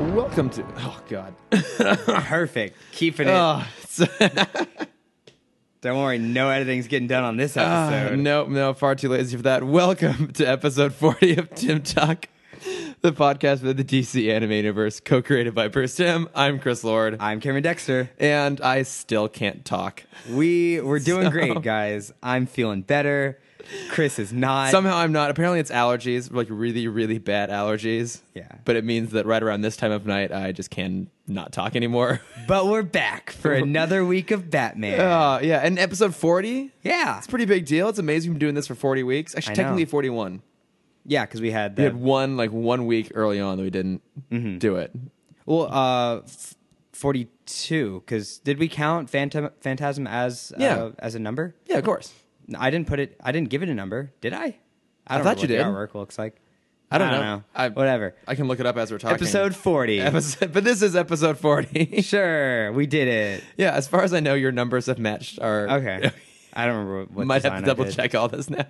Welcome to. Oh God. Perfect. Keeping it. Oh, Don't worry, no editing's getting done on this episode. no, ah, no, far too lazy for that. Welcome to episode forty of Tim Talk, the podcast for the DC anime universe, co-created by Bruce Tim. I'm Chris Lord, I'm Cameron Dexter. and I still can't talk. We we're doing So- great, guys. I'm feeling better. Chris is not. Somehow I'm not. Apparently it's allergies, like really, really bad allergies. Yeah. But it means that right around this time of night, I just can not talk anymore. but we're back for another week of Batman. Uh, yeah. And episode forty. yeah, It's a pretty big deal. It's amazing we've been doing this for 40 weeks. Actually, I know. technically 41. yeah, Mm-hmm. because we had We the had one like one week early on that we didn't do it. well, uh, forty-two. Because did we count Phantom Phantasm as uh, Yeah. as a number? Yeah, of course. No, I didn't put it. I didn't give it a number, did I? I don't thought you know what the did. artwork looks like. I don't know. I- Whatever. I can look it up as we're talking. Episode forty. Episode, but this is episode 40. sure, we did it. yeah, as far as I know, your numbers have matched our. Okay. I don't remember what- what Might have design to I double did. check all this now.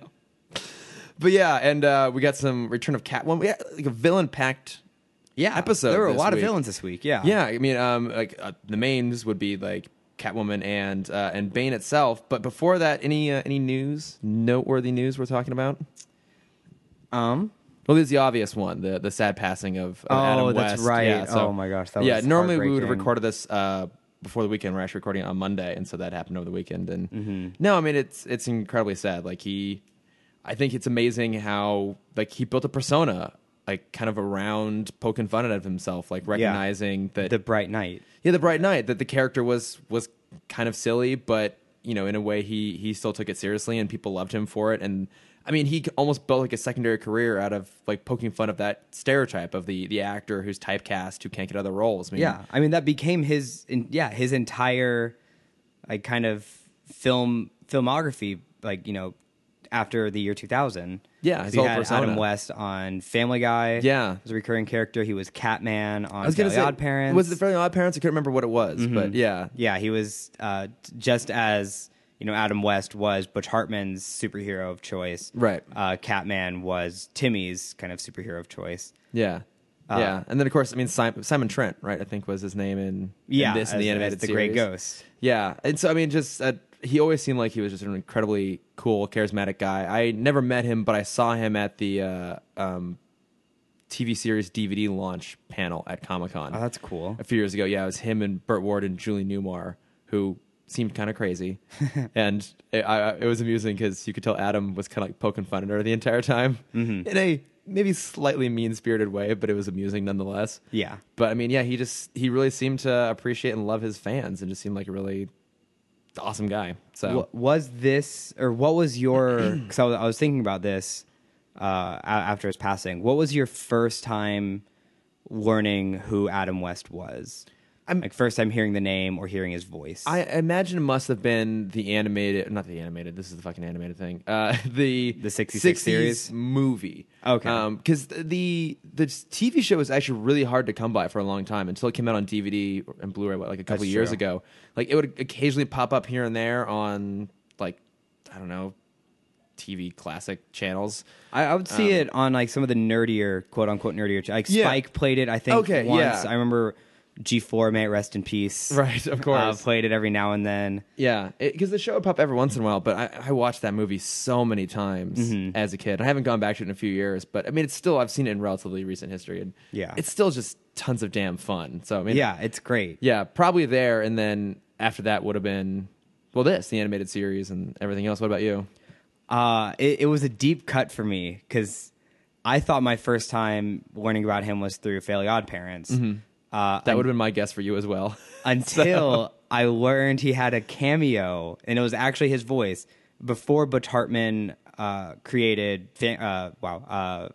But yeah, and uh, we got some return of Catwoman. We had like a villain packed Yeah, episode There were a this lot week. of villains this week. Yeah, Yeah, I mean, um, like uh, the mains would be like Catwoman and uh, and Bane itself. But before that, any uh, any news, noteworthy news we're talking about? Um, Well, there's the obvious one, the the sad passing of, of Oh, Adam West. that's right. Yeah, so- Oh my gosh, that yeah. was normally we would have heartbreaking. recorded this uh, before the weekend. We're actually recording it on Monday, and so that happened over the weekend. And Mm-hmm. no, I mean it's it's incredibly sad. Like he, I think it's amazing how like he built a persona. Like kind of around poking fun at himself, like recognizing that the Bright Knight. yeah, the Bright Knight. That the character was was kind of silly, but you know, in a way, he he still took it seriously, and people loved him for it. And I mean, he almost built like a secondary career out of like poking fun of that stereotype of the the actor who's typecast who can't get other roles. I mean, Yeah, I mean that became his. In, yeah, his entire like kind of film filmography. Like you know, after the year two thousand. Yeah, his he whole had persona. Adam West on Family Guy. Yeah. he was a recurring character. He was Catman on I was gonna Fairly say Odd Parents. Mm-hmm. Was it Fairly Odd Parents? I couldn't remember what it was, but yeah, yeah, he was uh, t- just as you know Adam West was Butch Hartman's superhero of choice. Right. Uh, Catman was Timmy's kind of superhero of choice. yeah. Uh. yeah, and then of course, I mean Simon, Simon Trent, right? I think was his name in, Yeah, in this in as- the as animated the series. Grey Ghost. Yeah, and so I mean, just uh, he always seemed like he was just an incredibly cool, charismatic guy. I never met him, but I saw him at the uh, um, TV series DVD launch panel at Comic Con. Oh, that's cool. A few years ago, yeah, it was him and Burt Ward and Julie Newmar, who seemed kind of crazy, and it, I, I- it was amusing because you could tell Adam was kind of like poking fun at her the entire time Mm-hmm. in a maybe slightly mean spirited way, but it was amusing nonetheless. Yeah. But I mean, yeah, he just he really seemed to appreciate and love his fans, and just seemed like a really awesome guy. So Wha- was this or what was your? Because I was, I was thinking about this uh, a- after his passing. What was your first time learning who Adam West was? I'm- like first time hearing the name or hearing his voice. I imagine it must have been the animated, not the animated. This is the fucking animated thing. Uh, the The 66 series? movie. Okay. because the the TV show was actually really hard to come by for a long time until it came out on DVD and Blu-ray what, like a couple That's years true. ago. Like it would occasionally pop up here and there on like I don't know TV classic channels. I, I would see it on like some of the nerdier, quote unquote nerdier. ch- Like Um, Yeah. Spike played it, I think. Okay, once. yeah. I remember G4 may it rest in peace. Right, of Uh, course. played it every now and then. Yeah, because the show would pop every once in a while, but I, I watched that movie so many times Mm-hmm. as a kid. I haven't gone back to it in a few years, but I mean, it's still I've seen it in relatively recent history, and Yeah. it's still just tons of damn fun. So I mean, Yeah, it's great. yeah, probably there, and then after that would have been well, this the animated series and everything else. What about you? Uh, it, it was a deep cut for me because I thought my first time learning about him was through Fairly Odd Parents. Mm-hmm. Uh, That would have been my guess for you as well. until I learned he had a cameo, and it was actually his voice before Butch Hartman uh, created. Fa- uh, wow, uh,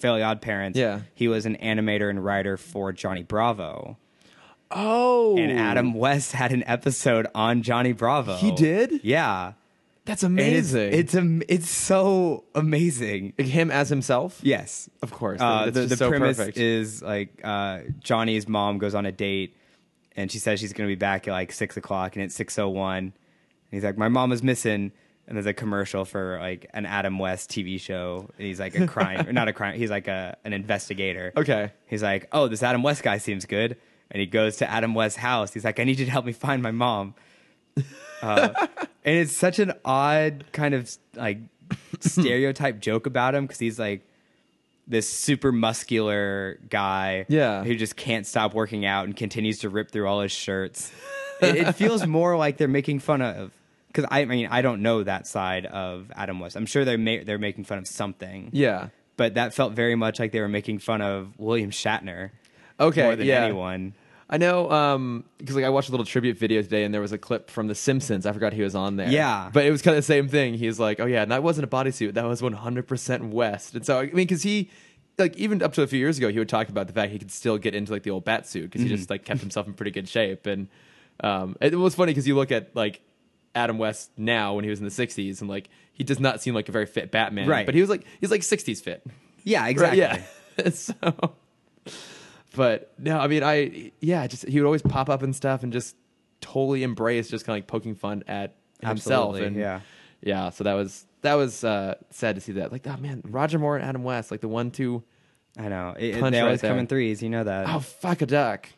Fairly Odd Parents. Yeah. he was an animator and writer for Johnny Bravo, oh, and Adam West had an episode on Johnny Bravo. He did? yeah. that's And it's- amazing. It's am- it's so amazing. him as himself. Yes, Of course, Uh, that's the just the so premise perfect. is like uh, Johnny's mom goes on a date, oh and she says she's going to be back at like six o'clock, and it's six o one, and he's like, "My mom is missing," and there's a commercial for like an Adam West TV show. And he's like a crime, or not a crime. He's like a an investigator. Okay. He's like, oh, this Adam West guy seems good, and he goes to Adam West's house. He's like, I need you to help me find my mom. Uh, and it's such an odd kind of like stereotype joke about him because he's like this super muscular guy Yeah. who just can't stop working out and continues to rip through all his shirts. it, it feels more like they're making fun of because I mean I don't know that side of Adam West. I'm sure they're ma- they're making fun of something, Yeah. but that felt very much like they were making fun of William Shatner. Okay, more than yeah. anyone. I know because like I watched a little tribute video today, and there was a clip from The Simpsons. I forgot he was on there. Yeah. but it was kind of the same thing. He's like, "Oh yeah, and that wasn't a bodysuit. That was 100 percent West." And so I mean, because he like even up to a few years ago, he would talk about the fact he could still get into like the old bat suit because Mm-hmm. he just like kept himself in pretty good shape. And um, it was funny because you look at like Adam West now when he was in the 60s, and like he does not seem like a very fit Batman. Right. but he was like he's like 60s fit. Yeah, Right, exactly. yeah. so, but no, I mean, I yeah, just he would always pop up and stuff, and just totally embrace just kind of like poking fun at himself. Absolutely, and yeah. yeah. So that was that was uh, sad to see that. Like, oh man, Roger Moore and Adam West, like the one two I know. It, it- Punch they right always come there. in threes. You know that. oh fuck a duck.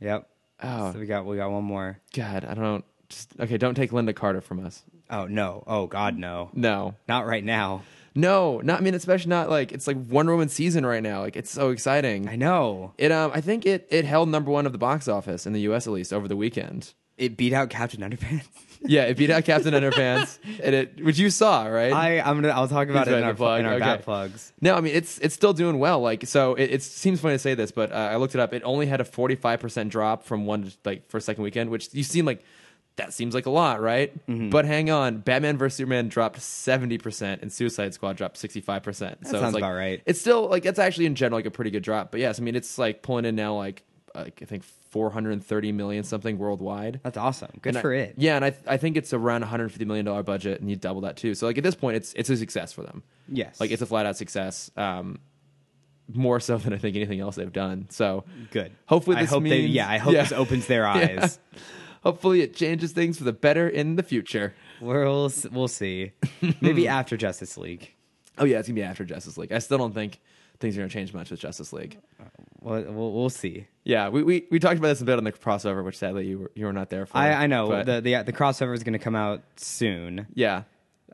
Yep. Oh. So we got we got one more. God, I don't. Just okay. Don't take Linda Carter from us. Oh no. Oh God, no. No, Not right now. no, not. I mean, especially not like it's like Wonder Woman season right now. Like it's so exciting. I know. it um, I think it it held number one of the box office in the U.S. at least over the weekend. It beat out Captain Underpants. Yeah, it beat out Captain Underpants, and it which you saw, right? I I'm gonna I'll talk about He's it in ready our to plug, in our okay. bad plugs. no, I mean it's it's still doing well. Like so, it, it seems funny to say this, but uh, I looked it up. It only had a forty five percent drop from one to, like first second weekend, which you seem like that seems like a lot, right? Mm-hmm. But hang on, Batman vs Superman dropped seventy percent, and Suicide Squad dropped sixty five percent. So sounds it's like, about right. It's still like that's actually in general like a pretty good drop. But yes, I mean it's like pulling in now like uh, like I think four hundred and thirty million something worldwide. That's awesome. Good And for I- it. Yeah, and I I think it's around 150 million dollar budget, and you double that too. So like at this point, it's it's a success for them. Yes. Like it's a flat out success, um, more so than I think anything else they've done. So good. Hopefully, I this hope they means- yeah, I hope yeah. this opens their eyes. hopefully it changes things for the better in the future. We'll s- we'll see. Maybe after Justice League. Oh yeah, it's gonna be after Justice League. I still don't think things are gonna change much with Justice League. We'll we'll, we'll see. Yeah, we, we, we talked about this a bit on the crossover, which sadly you were, you were not there for. I I know but the the the crossover is going to come out soon, yeah,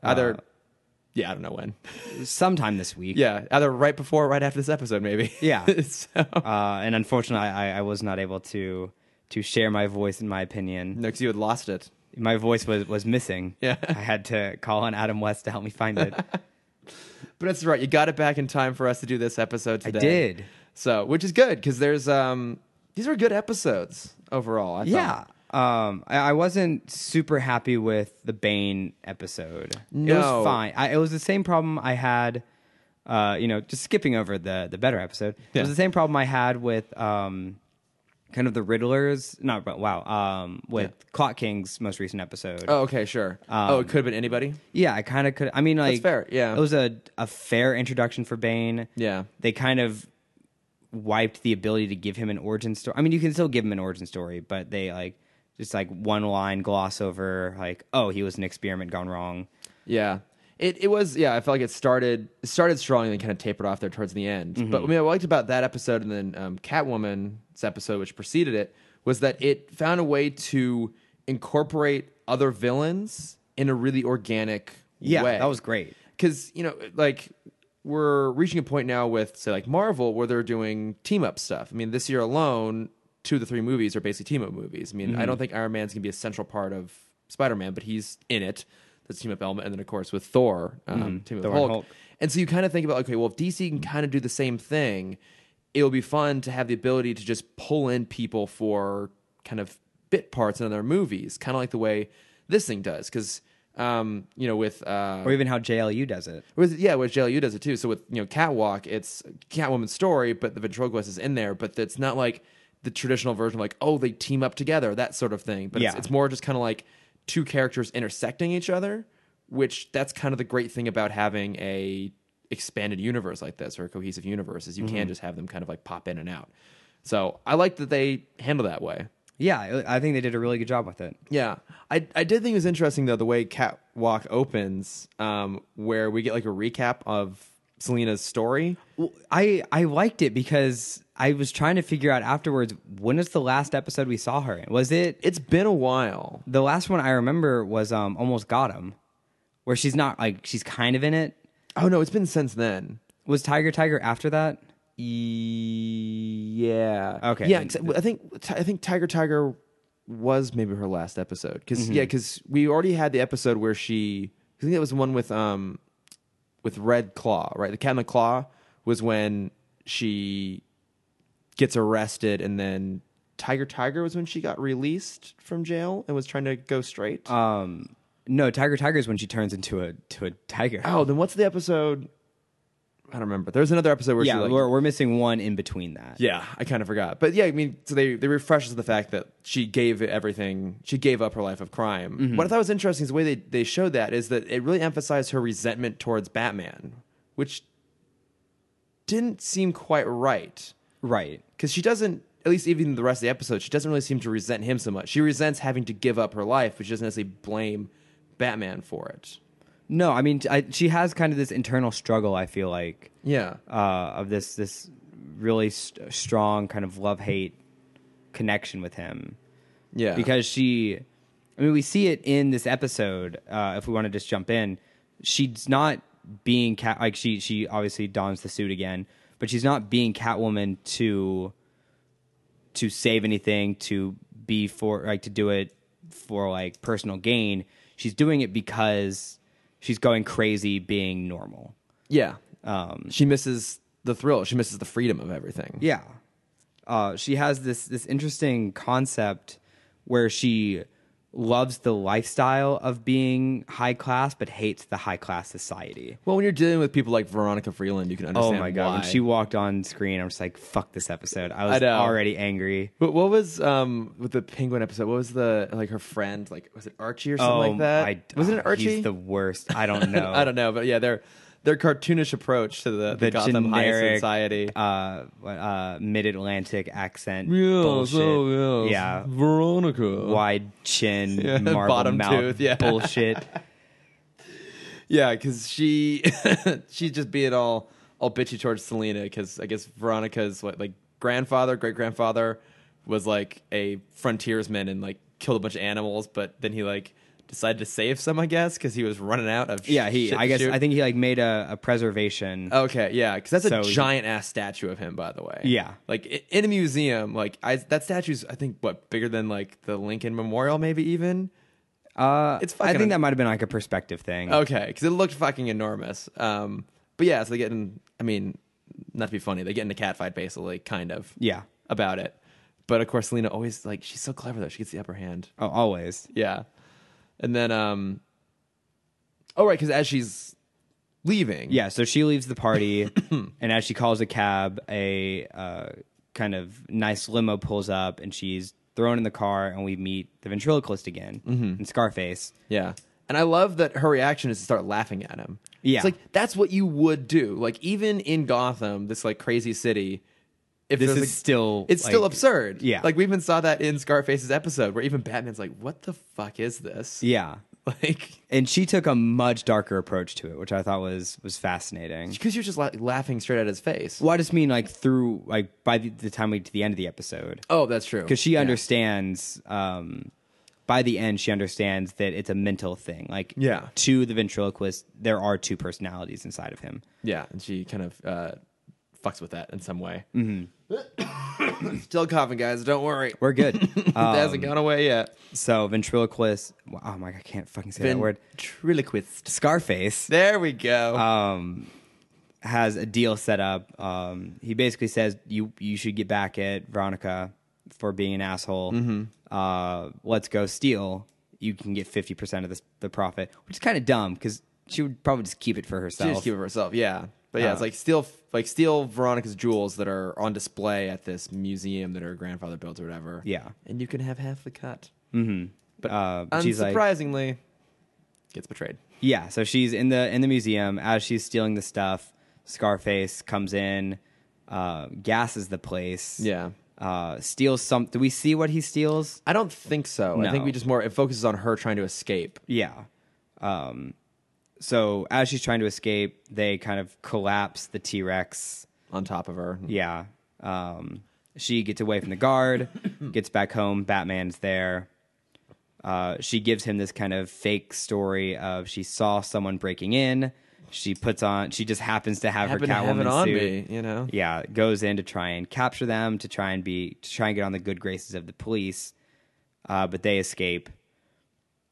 either uh, yeah I don't know when. sometime this week. Yeah, either right before, or right after this episode, maybe. Yeah. so, Uh, and unfortunately, I, I was not able to to share my voice and my opinion. no, 'cause you had lost it. My voice was was missing. Yeah. I had to call on Adam West to help me find it. But that's right. You got it back in time for us to do this episode I today. did. So, which is good because there's um these are good episodes overall. I Yeah. thought. Um, I, I wasn't super happy with the Bane episode. It No. was fine. I, it was the same problem I had. Uh, you know, just skipping over the the better episode. It was Yeah. the same problem I had with um, kind of the Riddlers. Not wow. Um, with Clock King's most recent episode. Oh, okay, sure. Um, oh, it could have been anybody. Yeah, I kind of could. I mean, like, fair, yeah. it was a a fair introduction for Bane. Yeah. they kind of wiped the ability to give him an origin story. I mean, you can still give him an origin story, but they like just like one line gloss over, like, oh, he was an experiment gone wrong. Yeah. It it was yeah. I felt like it started it started strong and then kind of tapered off there towards the end. Mm-hmm. But I mean, what I liked about that episode and then um, Catwoman's episode, which preceded it, was that it found a way to incorporate other villains in a really organic Yeah, way. that was great. because you know like we're reaching a point now with say like marvel where they're doing team up stuff i mean this year alone two of the three movies are basically team up movies i mean Mm-hmm. i don't think iron man's going to be a central part of spider-man but he's in it that's team up element and then of course with thor um, team up Mm-hmm. Thor with and hulk. Hulk. and so you kind of think about okay well if dc can kind of do the same thing it'll be fun to have the ability to just pull in people for kind of bit parts in other movies kind of like the way this thing does because um, you know with uh, Or even how JLU does it. with yeah, with JLU does it too. So with you know Catwalk, it's Catwoman's story, but the ventriloquist is in there, but it's not like the traditional version of like oh they team up together that sort of thing. But Yeah. it's, it's more just kind of like two characters intersecting each other, which that's kind of the great thing about having a expanded universe like this or a cohesive universe is you can just have them kind of like pop in and out. So I like that they handle that way. Yeah, I- I think they did a really good job with it. Yeah, I I did think it was interesting though the way Catwalk opens, um, where we get like a recap of Selena's story. Well, I I liked it because I was trying to figure out afterwards when is the last episode we saw her in? Was it It's been a while. the last one I remember was um almost got him, where she's not like she's kind of in it. Oh no, it's been since then. Was Tiger Tiger after that? Yeah. Okay. Yeah, exa- I think I think Tiger Tiger was maybe her last episode because Mm-hmm. yeah, because we already had the episode where she. I think that was the one with um, with Red Claw, right? The Cat in the Claw was when she gets arrested, and then Tiger Tiger was when she got released from jail and was trying to go straight. Um, no, Tiger Tiger is when she turns into a to a tiger. oh, then what's the episode? I don't remember. There's another episode where yeah, she like, we're we're missing one in between that. Yeah, I kind of forgot. But yeah, I mean, so they they refresh us the fact that she gave everything. She gave up her life of crime. What I thought was interesting is the way they they showed that is that it really emphasized her resentment towards Batman, which didn't seem quite right Right. because she doesn't. At least even the rest of the episode, she doesn't really seem to resent him so much. She resents having to give up her life, but she doesn't necessarily blame Batman for it. No, I mean I, she has kind of this internal struggle. I feel like Yeah, uh, of this this really st- strong kind of love hate connection with him. yeah, because she i mean we see it in this episode uh if we want to just jump in she's not being cat like she she obviously dons the suit again but she's not being catwoman to to save anything to be for like to do it for like personal gain she's doing it because she's going crazy being normal yeah. Um, she misses the thrill. She misses the freedom of everything. Yeah. Uh, she has this this interesting concept where she loves the lifestyle of being high class but hates the high class society. Well, when you're dealing with people like Veronica Freeland, you can Oh understand. my god, why. when she walked on screen, I'm just like, fuck this episode. I I was know. already angry. What, what was um with the penguin episode? What was the like her friend like was it Archie or something like that? I, was it an oh, Archie? He's the worst. I don't know. I don't know, but yeah, their their cartoonish approach to the, the, The Gotham high generic, society. Uh, what, uh, Mid Atlantic accent. Yeah, bullshit. so, yes, Yeah. Veronica. Wide chin, Yeah, marble bottom mouth, tooth, yeah. bullshit. Yeah, because she she's just being all all bitchy towards Selena because I guess Veronica's what like grandfather, great grandfather was like a frontiersman and like killed a bunch of animals, but then he like decided to save some, I guess, because he was running out of Yeah, he. shit to I guess shoot. I think he like made a, a preservation. Okay, yeah, because that's So a he- giant ass statue of him, by the way. Yeah. like i- in a museum, like I, that statue's I think what bigger than like the Lincoln Memorial, maybe even. Uh, It's I fucking Oh. think that might have been like a perspective thing. Okay, because it looked fucking enormous. Um, but yeah, so they get in. I mean, not to be funny, they get in a cat fight basically, kind of. Yeah. About it, but of course, Lena always like she's so clever though. She gets the upper hand. Oh, always. Yeah, and then um. Oh right, because as she's leaving, Yeah. So she leaves the party, and as she calls a cab, a uh, kind of nice limo pulls up, and she's thrown in the car, and we meet the ventriloquist again Mm-hmm. and Scarface. Yeah. And I love that her reaction is to start laughing at him. Yeah. It's like that's what you would do. Like even in Gotham, this like crazy city, if This there's, is like- still it's still like- absurd. Yeah. Like we even saw that in Scarface's episode where even Batman's like, What the fuck is this? Yeah. Like And she took a much darker approach to it, which I thought was was fascinating. because you're just la- laughing straight at his face. Well, I just mean like through like by the, the time we get to the end of the episode. Oh, that's true. because she understands um, by the end she understands that it's a mental thing like Yeah. to the ventriloquist there are two personalities inside of him Yeah, and she kind of uh fucks with that in some way. Mm-hmm. Still coughing, guys, don't worry. we're good it Um, hasn't gone away yet. so ventriloquist oh my god i can't fucking say that word Ventriloquist. scarface There we go. um, has a deal set up um, he basically says you you should get back at veronica for being an asshole Mm-hmm. uh, let's go steal you can get 50% of this, the profit which is kind of dumb because she would probably just keep it for herself She just keep it for herself. Yeah. But Uh, yeah, it's like steal like steal Veronica's jewels that are on display at this museum that her grandfather built or whatever. Yeah. And you can have half the cut. But uh, she's like, Unsurprisingly, gets betrayed. yeah. So she's in the in the museum as she's stealing the stuff. Scarface comes in, uh, gasses the place. Yeah. uh, steals some. Do we see what he steals? I don't think so. I think No. we just more it focuses on her trying to escape. Yeah. Um, so as she's trying to escape, they kind of collapse the T Rex. on top of her. Yeah. Um, she gets away from the guard, gets back home. Batman's there. Uh, she gives him this kind of fake story of she saw someone breaking in. She puts on. She just happens to have Happen her to have Catwoman it on suit. me, you know. yeah, goes in to try and capture them, to try and be to try and get on the good graces of the police, uh, but they escape.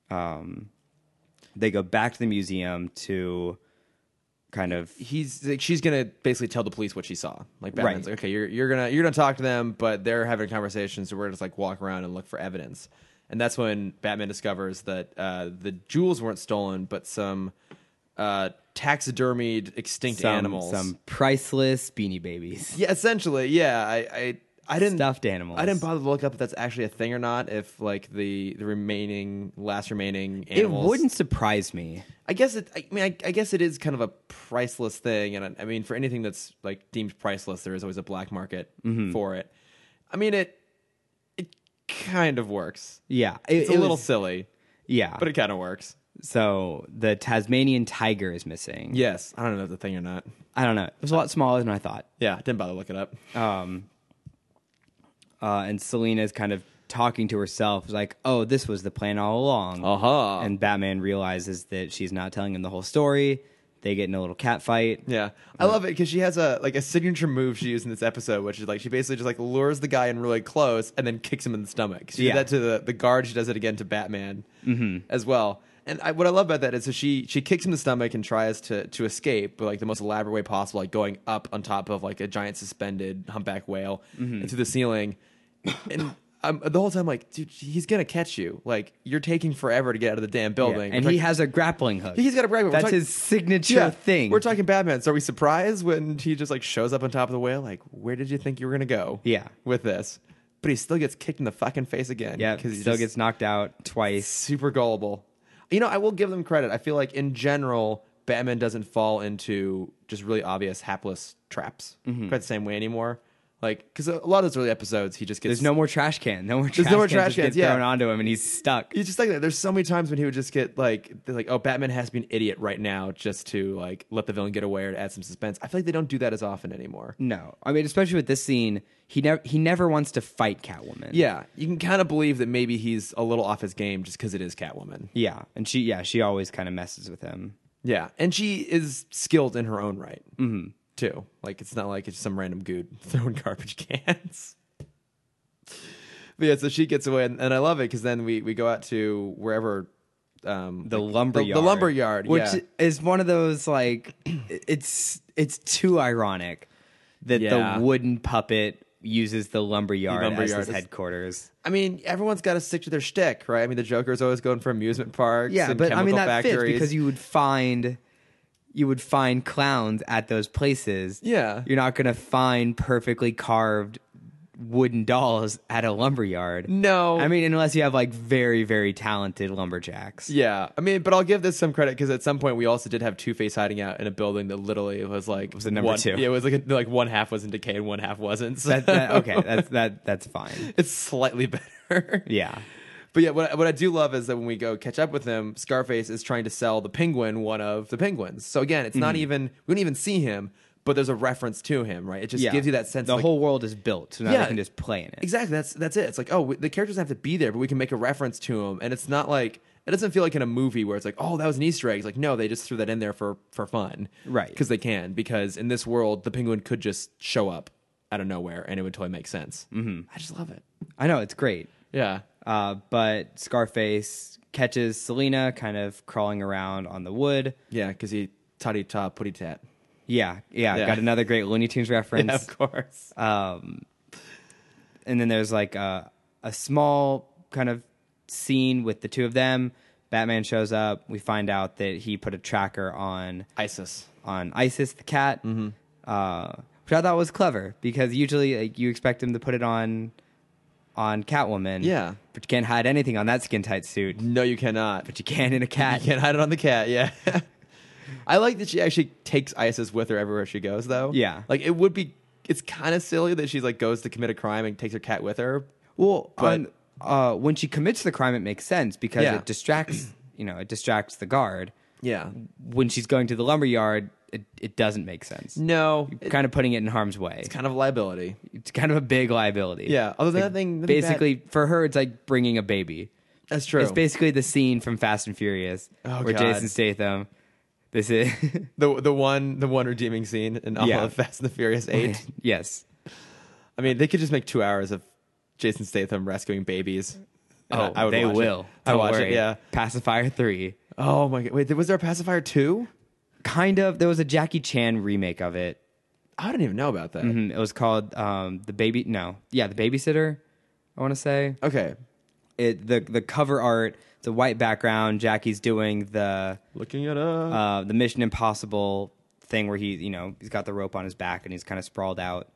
Um, they go back to the museum to kind of He's like, she's gonna basically tell the police what she saw. Like Right. Batman's like, okay, you're you're gonna you're gonna talk to them, but they're having a conversation, so we're gonna just like walk around and look for evidence. And that's when Batman discovers that uh, the jewels weren't stolen, but some uh, taxidermied extinct some, animals. some priceless beanie babies, Yeah, essentially, yeah. I I, I didn't stuffed animals. I didn't bother to look up if that's actually a thing or not. If like the the remaining last remaining It animals wouldn't surprise me. I guess it. I mean, I, I guess it is kind of a priceless thing, and I, I mean, for anything that's like deemed priceless, there is always a black market Mm-hmm. for it. I mean, it it kind of works. Yeah, it- It's it a little was- silly, yeah, but it kind of works. so the Tasmanian tiger is missing. Yes, I don't know if the thing or not. I don't know. It was a lot smaller than I thought. Yeah, didn't bother to look it up. uh, and Selena's kind of talking to herself, like, "Oh, this was the plan all along." Uh-huh. And Batman realizes that she's not telling him the whole story. They get in a little cat fight. Yeah, I love it because she has a like a signature move she used in this episode, which is like she basically just like lures the guy in really close and then kicks him in the stomach. She Yeah. Mm-hmm. did that to the the guard. She does it again to Batman as well. And I, what I love about that is so she she kicks him in the stomach and tries to to escape, but like the most elaborate way possible, like going up on top of like a giant suspended humpback whale Mm-hmm. into the ceiling, and. I'm, the whole time, like, dude, he's gonna catch you. Like, you're taking forever to get out of the damn Yeah. building. And We're he talking- has a grappling hook. He's got a grappling hook. We're That's talking- his signature thing. we're talking Batman. So are we surprised when he just like shows up on top of the whale? Like, where did you think you were gonna go? Yeah. with this, but he still gets kicked in the fucking face again. yeah, because because he still just gets knocked out twice. super gullible. You know, I will give them credit. I feel like in general, Batman doesn't fall into just really obvious hapless traps Mm-hmm. quite the same way anymore. Like, because a lot of those early episodes, he just gets There's no more trash can. No more trash There's no more cans trash just get cans, yeah. thrown onto him, and he's stuck. It's just like that. There's so many times when he would just get like, they're like, oh, Batman has to be an idiot right now just to like let the villain get away or to add some suspense. I feel like they don't do that as often anymore. No, I mean, especially with this scene, he never he never wants to fight Catwoman. Yeah, you can kind of believe that maybe he's a little off his game just because it is Catwoman. yeah, and she yeah she always kind of messes with him. Yeah, and she is skilled in her own right mm-hmm. too. Like it's not like it's some random dude throwing garbage cans. but yeah, so she gets away, and, and I love it because then we we go out to wherever. Um, the like, lumber the, yard, the lumber yard, which yeah. is one of those like it's it's too ironic that Yeah. the wooden puppet uses the lumber yard lumber as yard his is- headquarters. I mean, everyone's got to stick to their shtick, right? I mean, the Joker's always going for amusement parks. Yeah, and but I mean chemical that fits factories. because you would find you would find clowns at those places. Yeah. you're not gonna find perfectly carved wooden dolls at a lumber yard. No. I mean unless you have like very very talented lumberjacks. Yeah, I mean, but I'll give this some credit because at some point we also did have Two Face hiding out in a building that literally was like was a number one, two. Yeah, it was like a, like one half was in decay and one half wasn't. So That, that, okay, that's that that's fine. it's slightly better. Yeah. But yeah, what I, what I do love is that when we go catch up with him, Scarface is trying to sell the Penguin one of the Penguins. So again, it's Mm-hmm. not even we don't even see him, but there's a reference to him, right? It just gives you that sense. The like, whole world is built, so now Yeah. they can just play in it. Exactly. That's that's it. It's like, oh, we, the characters have to be there, but we can make a reference to them, and it's not like it doesn't feel like in a movie where it's like, oh, that was an Easter egg. It's like, no, they just threw that in there for for fun, Right. Because they can. Because in this world, the penguin could just show up out of nowhere, and it would totally make sense. Mm-hmm. I just love it. I know it's great, Yeah. uh, but Scarface catches Selena kind of crawling around on the wood. Yeah. Because he toddy ta putty tat. Yeah, yeah, Yeah. got another great Looney Tunes reference. Yeah, of course. And then there's like a, a small kind of scene with the two of them. Batman shows up. We find out that he put a tracker on ISIS. on Isis the cat, uh, which I thought was clever because usually like, you expect him to put it on on Catwoman. Yeah. but you can't hide anything on that skin tight suit. No, you cannot. But you can in a cat. You can't hide it on the cat. Yeah. I like that she actually takes Isis with her everywhere she goes, though. Yeah. Like it would be it's kind of silly that she's like goes to commit a crime and takes her cat with her. Well, But- on, uh, when she commits the crime, it makes sense because Yeah. it distracts, you know, it distracts the guard. Yeah. When she's going to the lumberyard, it, it doesn't make sense. No, it's kind of putting it in harm's way. kind of a liability. It's kind of a big liability. Yeah. Other than that thing, nothing bad- basically, for her, it's like bringing a baby. that's true. It's basically the scene from Fast and Furious Oh, where God. Jason Statham. This is the the one the one redeeming scene in all Yeah. of Fast and the Furious Eight. yes. I mean, they could just make two hours of Jason Statham rescuing babies. and Oh, they watch it. will. I Don't watch worry. it. Yeah. Pacifier three. Oh my god. Wait, was there a pacifier two? Kind of. There was a Jackie Chan remake of it. I didn't even know about that. Mhm, It was called um, the baby. No, yeah, the babysitter. I want to say Okay. it. The the cover art, the white background. Jackie's doing the Looking it up. uh, the Mission Impossible thing where he, you know, he's got the rope on his back and he's kind of sprawled out.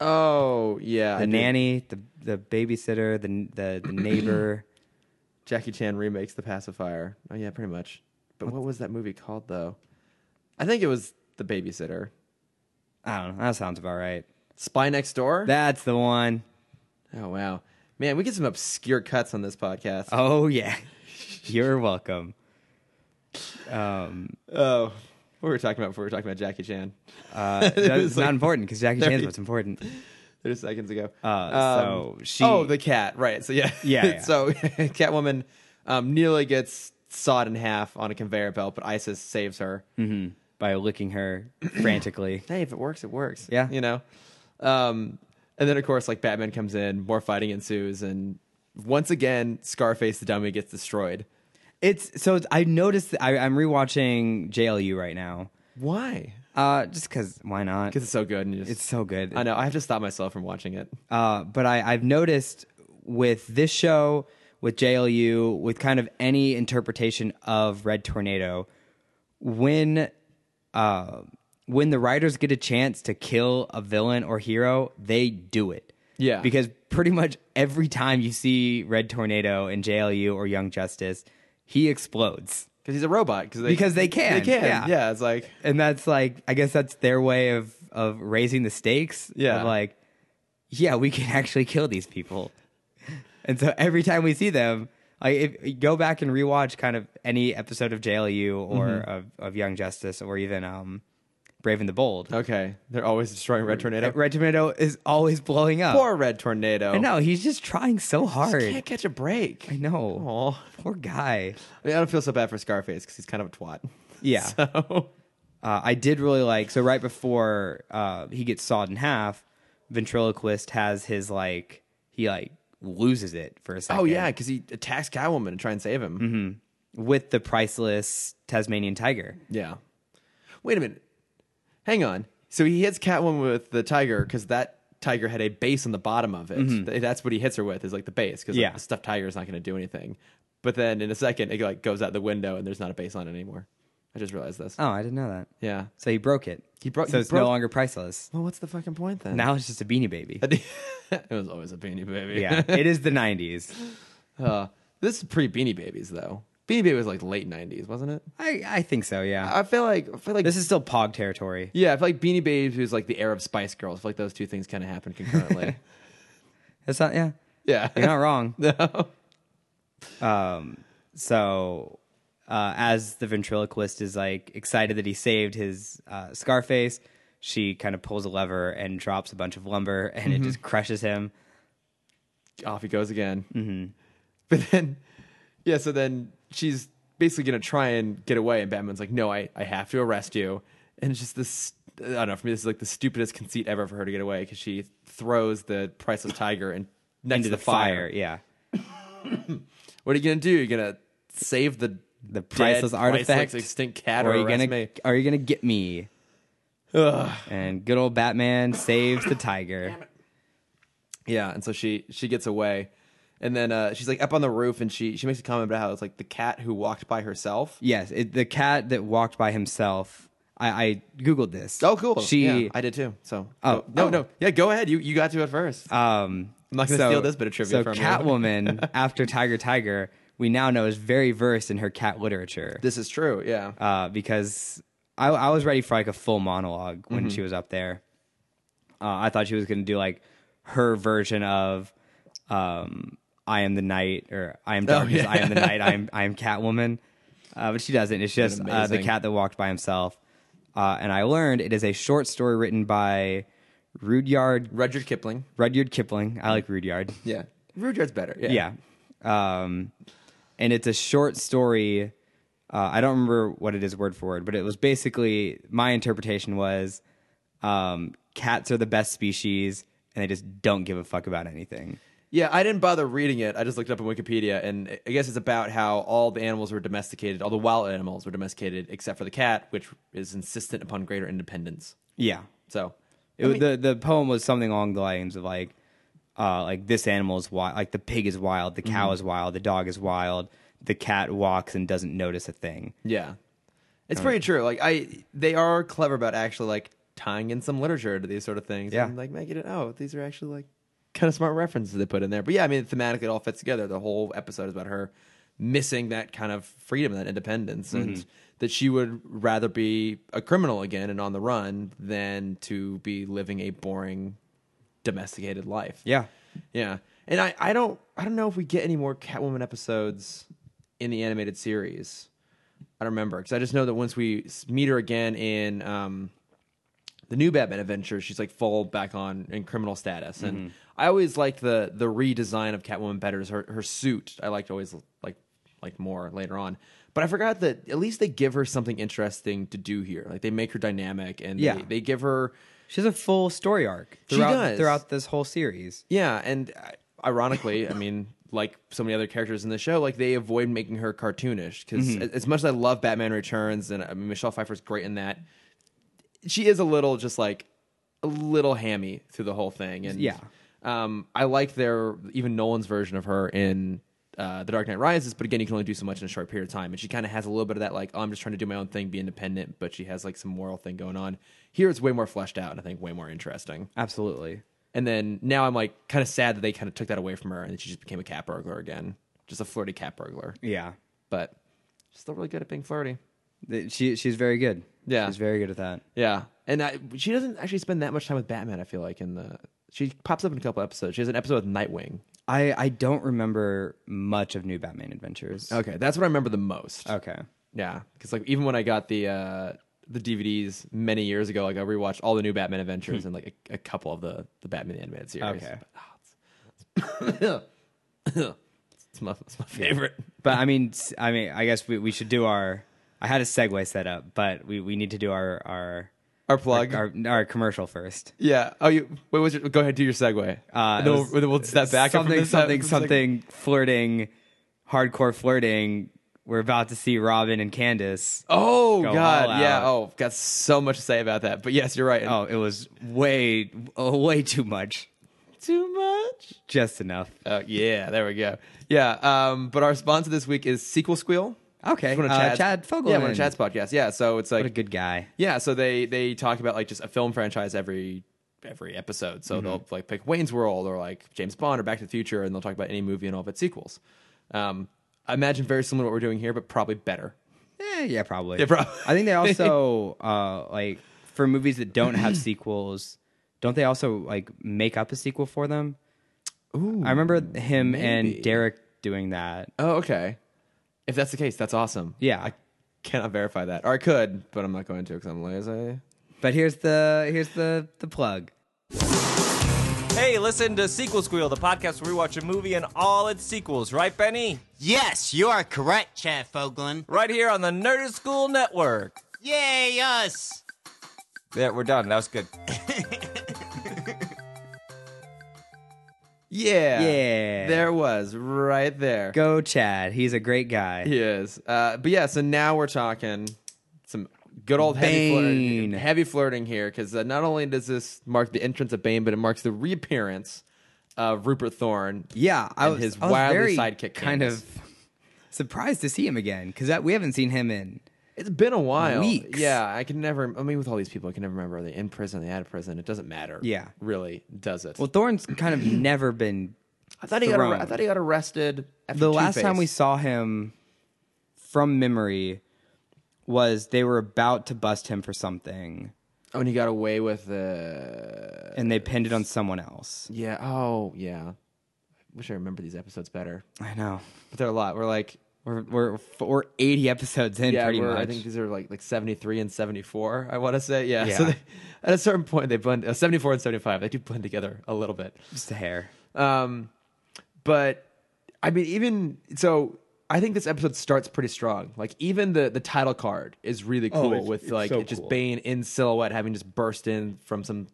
oh yeah. The I did. nanny, the the babysitter, the the, the neighbor. Jackie Chan remakes the pacifier. Oh yeah, pretty much. But what was that movie called though? I think it was The Babysitter. I don't know. That sounds about right. Spy Next Door. That's the one. oh wow, man, we get some obscure cuts on this podcast. Oh yeah, you're welcome. Um, Oh, what were we talking about before? We were talking about Jackie Chan. uh, It that's was not like important because Jackie thirty- Chan's what's important. Thirty seconds ago. Um, Uh, so she- Oh, the cat. Right. So yeah. Yeah, yeah. so Catwoman um, nearly gets sawed in half on a conveyor belt, but Isis saves her. Mhm. by licking her frantically. Hey, if it works, it works. Yeah. You know. Um, and then of course, like Batman comes in, more fighting ensues, and once again, Scarface the dummy gets destroyed. It's so it's- I noticed. I, I'm rewatching JLU right now, Why? uh, just because why not? Because it's so good, and you just, It's so good. I know. I have to stop myself from watching it. Uh, but I, I've noticed with this show, with JLU, with kind of any interpretation of Red Tornado, when uh, when the writers get a chance to kill a villain or hero, they do it. Yeah. because pretty much every time you see Red Tornado in JLU or Young Justice, he explodes. Because he's a robot. Because they, Because they can, They can. yeah. yeah. It's like and that's like I guess that's their way of of raising the stakes. Yeah. of like yeah, we can actually kill these people. and so every time we see them, like if you go back and rewatch kind of any episode of JLU or Mm-hmm. of, of Young Justice or even um Brave and the Bold, okay, they're always destroying Red Tornado. Red Tomato is always blowing up. Poor Red Tornado. I know he's just trying so hard. Can't Oh. catch a break. I know. Aw. Poor guy. I, mean, I don't feel so bad for Scarface because he's kind of a twat. Yeah. So Uh, I did really like so right before uh, he gets sawed in half, ventriloquist has his like he like loses it for a second. oh yeah, because he attacks Catwoman and try and save him. with the priceless Tasmanian tiger. Yeah. Wait a minute. Hang on. So he hits Catwoman with the tiger because that tiger had a base on the bottom of it. Th- That's what he hits her with is like the base because Yeah. a stuffed tiger is not going to do anything. But then in a second, it like goes out the window and there's not a base on it anymore. I just realized this. Oh, I didn't know that. Yeah. So he broke it. He broke- So he it's broke- no longer priceless. Well, what's the fucking point then? Now it's just a beanie baby. it was always a beanie baby. yeah, it is the '90s. Uh, this is pre Beanie Babies though. Beanie Baby was like late '90s, wasn't it? I I think so. Yeah, I feel like I feel like this is still Pog territory. yeah, I feel like Beanie Babies was like the era of Spice Girls. I feel like those two things kind of happened concurrently. That's not. Yeah, yeah. you're not wrong. no. Um, so uh, as the ventriloquist is like excited that he saved his uh, Scarface, she kind of pulls a lever and drops a bunch of lumber, and Mm-hmm. it just crushes him. Off he goes again. Mm-hmm. But then, yeah. So then she's basically gonna try and get away, and Batman's like, "No, I, I have to arrest you." And it's just this. I don't know. For me, this is like the stupidest conceit ever for her to get away because she throws the priceless tiger and next into to the, fire. Yeah, What are you gonna do? You're gonna save the The priceless artifact? extinct cat, or or are you arrest gonna me? are you gonna get me? Ugh. And good old Batman saves the tiger. Yeah, and so she she gets away, and then uh, she's like up on the roof, and she she makes a comment about how it's like the cat who walked by herself. Yes, it, the cat that walked by himself. I, I googled this. Oh, cool. She Yeah, I did too. So Oh. no, Oh. no, yeah, go ahead. You you got to it first. Um, I'm not gonna steal this bit of trivia So from you. Catwoman, after Tiger Tiger, we now know is very versed in her cat literature this is true. Yeah, Mm-hmm. uh, because I, I was ready for like a full monologue when she was up there. Uh, I thought she was going to do like her version of um, "I am the night" or "I am darkness, Oh, yeah. I am the night, I am I am Catwoman," uh, but she doesn't. It's just uh, the amazing. cat that walked by himself. Uh, and I learned it is a short story written by Rudyard Rudyard Kipling. Rudyard Kipling. I like Rudyard. Yeah, Rudyard's better. Yeah. Yeah. Um, and it's a short story. Uh, I don't remember what it is word for word, but it was basically my interpretation was um, cats are the best species and they just don't give a fuck about anything. Yeah, I didn't bother reading it. I just looked up on Wikipedia, and I guess it's about how all the animals were domesticated, all the wild animals were domesticated, except for the cat, which is insistent upon greater independence. Yeah. So, It, was the the poem was something along the lines of like, uh, like this animal is wild, like the pig is wild, the Mm-hmm. cow is wild, the dog is wild, the cat walks and doesn't notice a thing. yeah, it's pretty true. Like I, they are clever about actually like tying in some literature to these sort of things. Yeah. and, like making it oh, these are actually like kind of smart references they put in there. But yeah, I mean, thematically, it all fits together. The whole episode is about her missing that kind of freedom, that independence, and that she would rather be a criminal again and on the run than to be living a boring domesticated life. Yeah. Yeah. And I, I don't I don't know if we get any more Catwoman episodes in the animated series. I don't remember because I just know that once we s- meet her again in um, the new Batman adventure, she's like full back on in criminal status. And I always liked the the redesign of Catwoman better. Her her suit I liked always like like more later on. But I forgot that at least they give her something interesting to do here. Like they make her dynamic and Yeah. they, they give her She has a full story arc She throughout does. throughout this whole series. Yeah, and uh, ironically, I mean, like so many other characters in the show, like they avoid making her cartoonish because as much as I love Batman Returns and I mean, Michelle Pfeiffer's great in that, she is a little just like a little hammy through the whole thing. And Yeah. um, I like their even Nolan's version of her in. Uh, the Dark Knight Rises, but again, you can only do so much in a short period of time, and she kind of has a little bit of that, like, oh, I'm just trying to do my own thing, be independent, but she has like some moral thing going on. Here, it's way more fleshed out, and I think way more interesting. Absolutely. And then now I'm like kind of sad that they kind of took that away from her and that she just became a cat burglar again. Just a flirty cat burglar. Yeah. But she's still really good at being flirty. Th- She she's very good. Yeah. she's very good at that. Yeah. And I, she doesn't actually spend that much time with Batman, I feel like, in the. She pops up in a couple episodes. She has an episode with Nightwing. I I don't remember much of New Batman Adventures. Okay, that's what I remember the most. Okay. Yeah, because like even when I got the uh the DVDs many years ago, like I rewatched all the new Batman Adventures and like a, a couple of the the Batman the animated series. Okay. But, oh, it's, it's, my, it's my favorite. But I mean, s- I mean, I guess we, we should do our. I had a segue set up, but we, we need to do our our Our plug. our, our commercial first. Yeah. Oh, you. Wait. What's your, go ahead. Do your segue. Uh, And then it we'll, was then we'll step back. from Something this- something from this- something flirting, hardcore flirting. We're about to see Robin and Candace. Oh Go all God. out. Yeah. Oh, got so much to say about that. But yes, you're right. Oh, it was way oh, way too much. too much. Just enough. Oh yeah. There we go. Yeah. Um. But our sponsor this week is Sequel Squeal. Okay, It's one of uh, Chad's- Chad Fogelman. Yeah, one of Chad's podcasts. Yeah. So it's like What a good guy. Yeah, so they they talk about like just a film franchise every every episode. So they'll Mm-hmm. like pick Wayne's World or like James Bond or Back to the Future, and they'll talk about any movie and all of its sequels. Um, I imagine very similar to what we're doing here, but probably better. Eh, yeah, probably. Yeah, probably. I think they also uh, like for movies that don't have sequels, don't they also like make up a sequel for them? Ooh, I remember him maybe. and Derek doing that. Oh, okay. If that's the case, that's awesome. Yeah. I cannot verify that, or I could, but I'm not going to because I'm lazy. But here's the here's the the plug. Hey, listen to Sequel Squeal, the podcast where we watch a movie and all its sequels, right, Benny? Yes, you are correct, Chad Foglin. Right here on the Nerdist School Network. Yay, us! Yeah, we're done. That was good. Yeah, Yeah. There was right there. Go Chad, he's a great guy. He is. Uh, but yeah, so now we're talking some good old heavy Bane. flirting, heavy flirting here because uh, not only does this mark the entrance of Bane, but it marks the reappearance of Rupert Thorne. Yeah, I And was his I was wily very sidekick kind Candace. of surprised to see him again because we haven't seen him in. It's been a while. Weeks. Yeah, I can never. I mean, with all these people, I can never remember. Are they in prison? Are they out of prison? It doesn't matter. Yeah. really, does it? Well, Thorne's kind of never been I thought he got. thrown. arre- I thought he got arrested. After the last Two-Face. time we saw him from memory was they were about to bust him for something Oh, and he got away with uh and they pinned it on someone else. yeah, oh yeah. Wish I remember these episodes better. I know. But there are a lot. We're like We're we're we're 80 episodes in yeah, pretty we're- much. I think these are like like 73 and 74, I want to say. Yeah. So Yeah. they, at a certain point they blend uh, 74 and 75, they do blend together a little bit. Just a hair. Um, but I mean, even so, I think this episode starts pretty strong. Like even the the title card is really cool it's- with it's like so Oh, it's just cool. Bane in silhouette having just burst in from some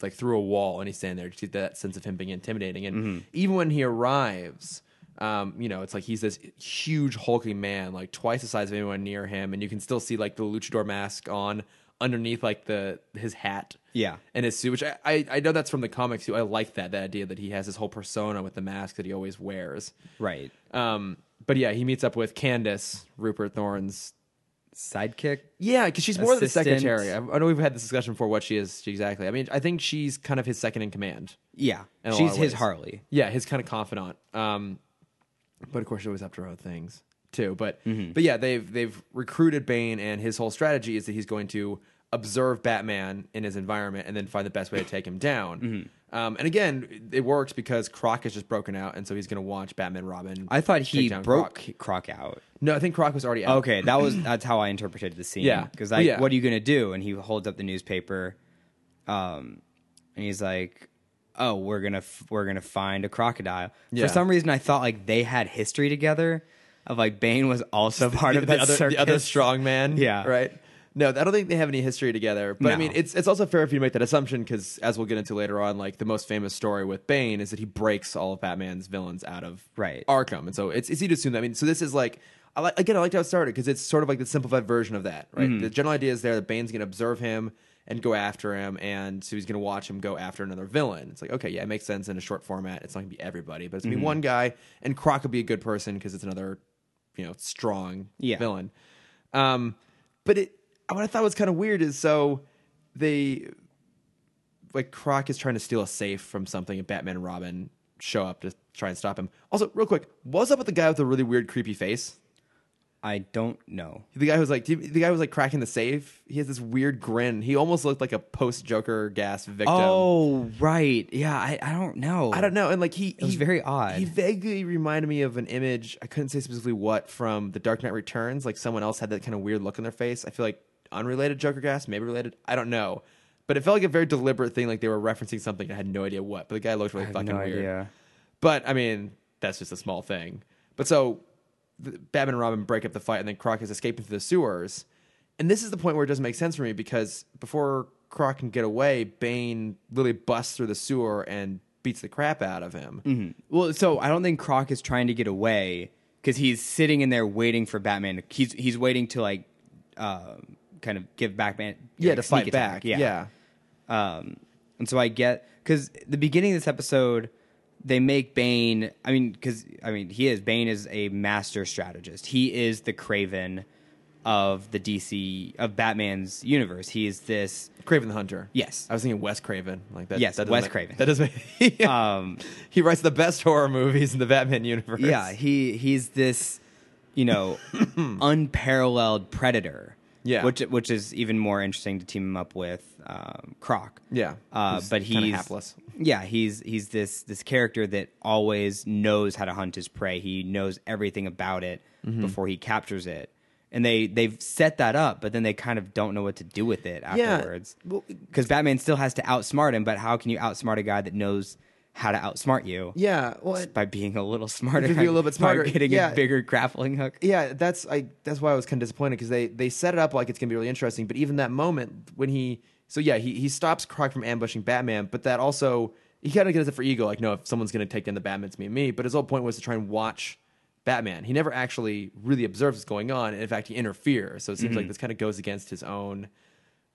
like through a wall and he's standing there. Just get that sense of him being intimidating, and even when he arrives. Um, you know, it's like he's this huge hulking man, like twice the size of anyone near him, and you can still see like the luchador mask on underneath like the his hat Yeah. and his suit, which I, I, I know that's from the comics too. I like that that idea that he has this whole persona with the mask that he always wears. Right. Um, but yeah, he meets up with Candace Rupert Thorne's. Sidekick. Yeah, because she's more than Assistant. the secretary. I, I know we've had this discussion before what she is exactly. I mean, I think she's kind of his second in command. Yeah. in a lot She's of ways. his Harley. Yeah, his kind of confidant. Um, but of course, she always up to her own things too. But Mm-hmm. but yeah, they've they've recruited Bane, and his whole strategy is that he's going to observe Batman in his environment and then find the best way to take him down. Mm-hmm. Um, and again, it works because Croc is just broken out, and so he's going to watch Batman Robin. I thought take he down broke Oh, Croc. Croc. out. No, I think Croc was already out. Okay, that was that's how I interpreted the scene. Yeah. Because Well, like, yeah. what are you gonna do? And he holds up the newspaper, um, and he's like, "Oh, we're gonna f- we're gonna find a crocodile." Yeah. For some reason, I thought like they had history together. Of like Bane was also part the, of the that other circus. the other strong man. Yeah. Right. No, I don't think they have any history together. But I No. mean, it's it's also fair for you to make that assumption because, as we'll get into later on, like the most famous story with Bane is that he breaks all of Batman's villains out of Right. Arkham, and so it's it's easy to assume that. I mean, so this is like. I like, again, I liked how it started because it's sort of like the simplified version of that, right? The general idea is there that Bane's going to observe him and go after him, and so he's going to watch him go after another villain. It's like, okay, yeah, it makes sense in a short format. It's not going to be everybody, but it's going to be one guy, and Croc would be a good person because it's another, you know, strong Yeah. villain. Um, but it, what I thought was kind of weird is so they, like Croc is trying to steal a safe from something, and Batman and Robin show up to try and stop him. Also, real quick, what's up with the guy with the really weird, creepy face? I don't know. The guy who's like, do you- the guy who's like cracking the safe. He has this weird grin. He almost looked like a post Joker gas victim. Oh, right. Yeah, I, I don't know. I don't know. And like he, was he- very odd. He vaguely reminded me of an image. I couldn't say specifically what from The Dark Knight Returns. Like someone else had that kind of weird look on their face. I feel like unrelated Joker gas, maybe related. I don't know. But it felt like a very deliberate thing. Like they were referencing something. I had no idea what. But the guy looked really I have fucking no weird. idea. But I mean, that's just a small thing. But so the, Batman and Robin break up the fight, and then Croc is escaping through the sewers. And this is the point where it doesn't make sense for me because before Croc can get away, Bane literally busts through the sewer and beats the crap out of him. Mm-hmm. Well, so I don't think Croc is trying to get away because he's sitting in there waiting for Batman. to- He's he's waiting to like, uh, kind of give Batman Yeah, like, to sneak fight attack. back. Yeah. Yeah. Um, and so I get because the beginning of this episode, they make Bane. I mean, because I mean he is Bane is a master strategist. He is the Craven of the DC of Batman's universe. He is this Craven the Hunter. Yes. I was thinking Wes Craven. Like that. Yes, that doesn't Wes make- Craven. That doesn't make. um he writes the best horror movies in the Batman universe. Yeah, he he's this, you know, unparalleled predator. Yeah. which which is even more interesting to team him up with um, Croc. Yeah. uh, Who's but kinda he's hapless. Yeah, he's he's this this character that always knows how to hunt his prey. He knows everything about it Mm-hmm. before he captures it. And they they've set that up, but then they kind of don't know what to do with it Yeah, afterwards. well- because Batman still has to outsmart him. But how can you outsmart a guy that knows how to outsmart you? Yeah. Well, it- Just by being a little smarter. If you be a little bit by smarter, getting yeah. a bigger grappling hook. yeah, that's I. That's why I was kind of disappointed because they they set it up like it's gonna be really interesting. But even that moment when he, so yeah, he he stops Croc from ambushing Batman, but that also he kind of gets it for ego, like no, if someone's gonna take down the Batman, it's me and me. But his whole point was to try and watch Batman. He never actually really observes what's going on, and in fact, he interferes. So it seems Mm-hmm. like this kind of goes against his own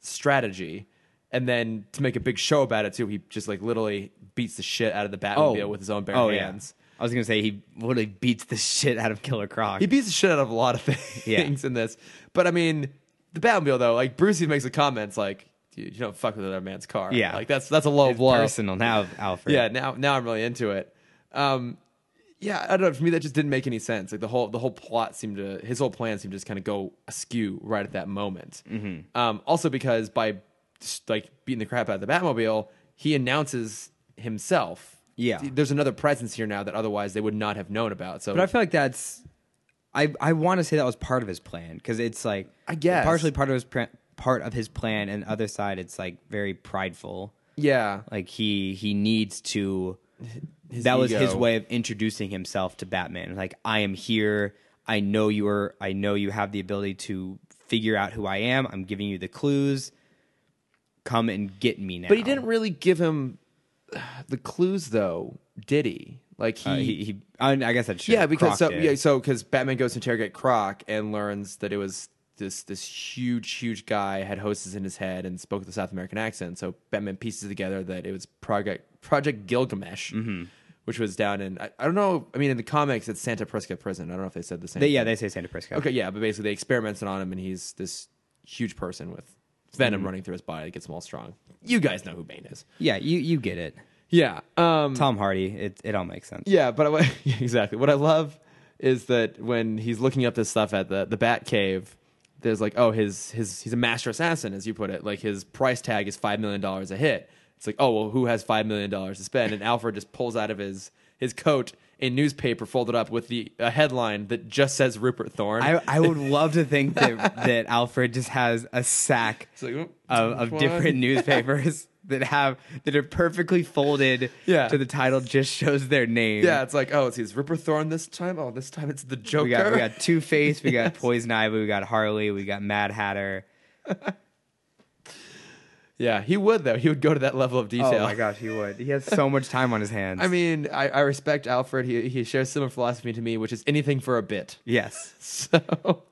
strategy. And then to make a big show about it too, he just like literally beats the shit out of the Batmobile with his own bare oh, yeah. hands. I was gonna say he literally beats the shit out of Killer Croc. He beats the shit out of a lot of things Yeah. in this. But I mean, the Batmobile though, like Brucey makes the comments like, "Dude, you don't fuck with another man's car." Yeah. like that's that's a low It's blow. personal now, Alfred. Yeah, now now I'm really into it. Um, yeah, I don't know. For me, that just didn't make any sense. Like the whole the whole plot seemed to Mm-hmm. his whole plan seemed to just kind of go askew right at that moment. Um, also because by just, like beating the crap out of the Batmobile, he announces himself. Yeah. there's another presence here now that otherwise they would not have known about. So But I feel like that's. I I want to say that was part of his plan because it's like I guess. partially part of his pr- part of his plan, and other side it's like very prideful. yeah, Like he he needs to. that was his ego. way of introducing himself to Batman. Like I am here. I know you are. I know you have the ability to figure out who I am. I'm giving you the clues. Come and get me now. but he didn't really give him the clues though, did he? Like he. Uh, he, he I, I guess that should. yeah, because so Croc did. yeah, so because Batman goes to interrogate Croc and learns that it was this this huge huge guy had hoses in his head and spoke with a South American accent. So Batman pieces together that it was Project Project Gilgamesh, Mm-hmm. which was down in I, I don't know. I mean, in the comics, it's Santa Prisca prison. I don't know if they said the same. They- yeah, thing. they say Santa Prisco. Okay, yeah, but basically they experimented on him, and he's this huge person with Mm-hmm. venom running through his body that gets him all strong. You guys know who Bane is. Yeah, you you get it. Yeah. Um, Tom Hardy. It it all makes sense. yeah, but what, exactly. What I love is that when he's looking up this stuff at the the Bat Cave, there's like, oh, his his he's a master assassin, as you put it. Like his price tag is five million dollars a hit. It's like, oh well, who has five million dollars to spend? And Alfred just pulls out of his his coat a newspaper folded up with the a headline that just says Rupert Thorne. I, I would love to think that, that Alfred just has a sack like, oop, of, which of one? different newspapers that have that are perfectly folded Yeah. to the title just shows their name. yeah, it's like, oh, it's he's Rupert Thorne this time. Oh, this time it's the Joker. We got we got Two Face, we got Poison Ivy, we got Harley, we got Mad Hatter. yeah, he would though. He would go to that level of detail. Oh my gosh, he would. He has so much time on his hands. I mean, I, I respect Alfred. He he shares similar philosophy to me, which is anything for a bit. Yes. So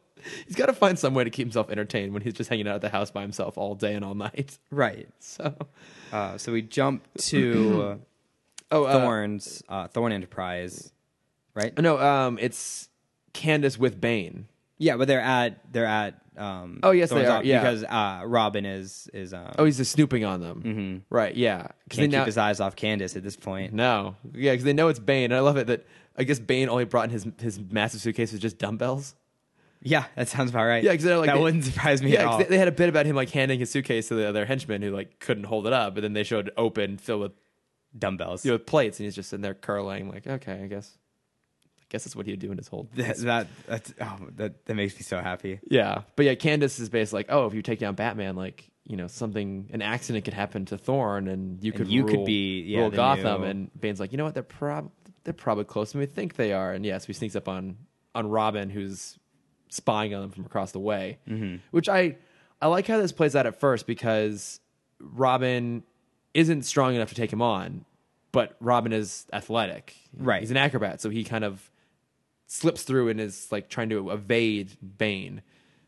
he's got to find some way to keep himself entertained when he's just hanging out at the house by himself all day and all night. Right. So Uh, so we jump to oh, uh, Thorn's uh, Thorn Enterprise. Right? Uh, no, um, it's Candace with Bane. Yeah, but they're at they're at um Oh, yes, they Thorn's are, office yeah. because uh Robin is is um Oh, he's just snooping on them. Right? Yeah. Because Mm-hmm. can't keep his eyes off Candace at this point. no, yeah, because they know it's Bane, and I love it that I guess Bane all he brought in his his massive suitcase was just dumbbells. Yeah, that sounds about right. Yeah, 'cause they're like- that wouldn't surprise me Yeah, at 'cause all. they, they had a bit about him like handing his suitcase to the other henchman who like couldn't hold it up, but then they showed it open filled with Dumbbells. you know, with plates, and he's just sitting there curling, like, okay, I guess, I guess that's what he'd do in his whole. that that that's, oh, that that makes me so happy. Yeah, but yeah, Candace is basically like, oh, if you take down Batman, like, you know, something, an accident could happen to Thorn, and you could, you rule, could be, yeah, rule the Gotham, new- and Bane's like, you know what, they're prob, they're probably close than we think they are, and yes, he sneaks up on on Robin, who's spying on them from across the way, Mm-hmm. which I I like how this plays out at first because Robin isn't strong enough to take him on, but Robin is athletic, Right. He's an acrobat, so he kind of slips through and is like trying to evade Bane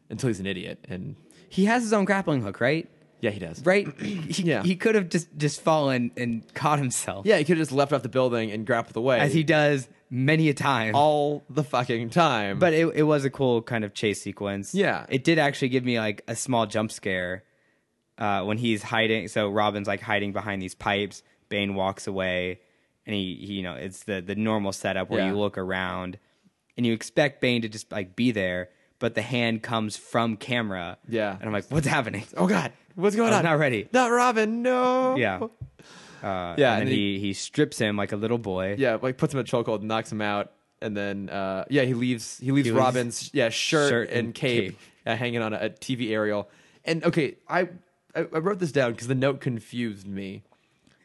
until he's an idiot. And He has his own grappling hook, right? yeah, he does. Right? He, Yeah. He could have just just fallen and caught himself. Yeah, he could have just left off the building and grappled away As he does many a time. all the fucking time. but it, it was a cool kind of chase sequence. Yeah. It did actually give me like a small jump scare uh, when he's hiding. So Robin's like hiding behind these pipes. Bane walks away and he, he you know, it's the, the normal setup where Yeah. you look around and you expect Bane to just like be there, but the hand comes from camera. Yeah. And I'm like, what's happening? oh god, what's going I was on? not ready. Not Robin. No. Yeah. Uh, Yeah, And, and then he- he, he strips him like a little boy. Yeah, like puts him in a chokehold, knocks him out, and then uh, yeah, he leaves. He leaves He leaves Robin's yeah shirt, shirt and, and cape, cape. Uh, hanging on a, a TV aerial. And okay, I I, I wrote this down because the note confused me.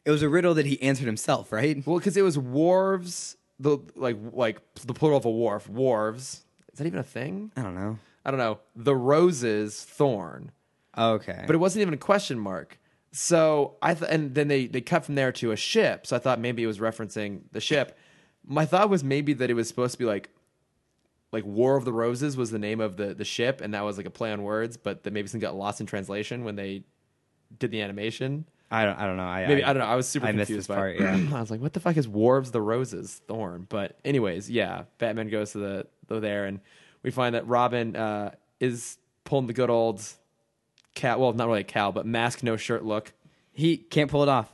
It was a riddle that he answered himself, right? Well, because it was wharves, the like like the plural of a wharf, wharves. Is that even a thing? I don't know. I don't know. The roses thorn, Okay. but it wasn't even a question mark. So I th- and then they they cut from there to a ship. So I thought maybe it was referencing the ship. My thought was maybe that it was supposed to be like like War of the Roses was the name of the the ship, and that was like a play on words, but that maybe something got lost in translation when they did the animation. I don't. I don't know. I, Maybe I, don't know. I was super I missed confused this by part. it. Yeah. I was like, what the fuck is Wharves the Roses Thorn? But anyways, yeah, Batman goes to the, the there and we find that Robin uh, is pulling the good old cow well, not really a cow, but mask no shirt look. He can't pull it off.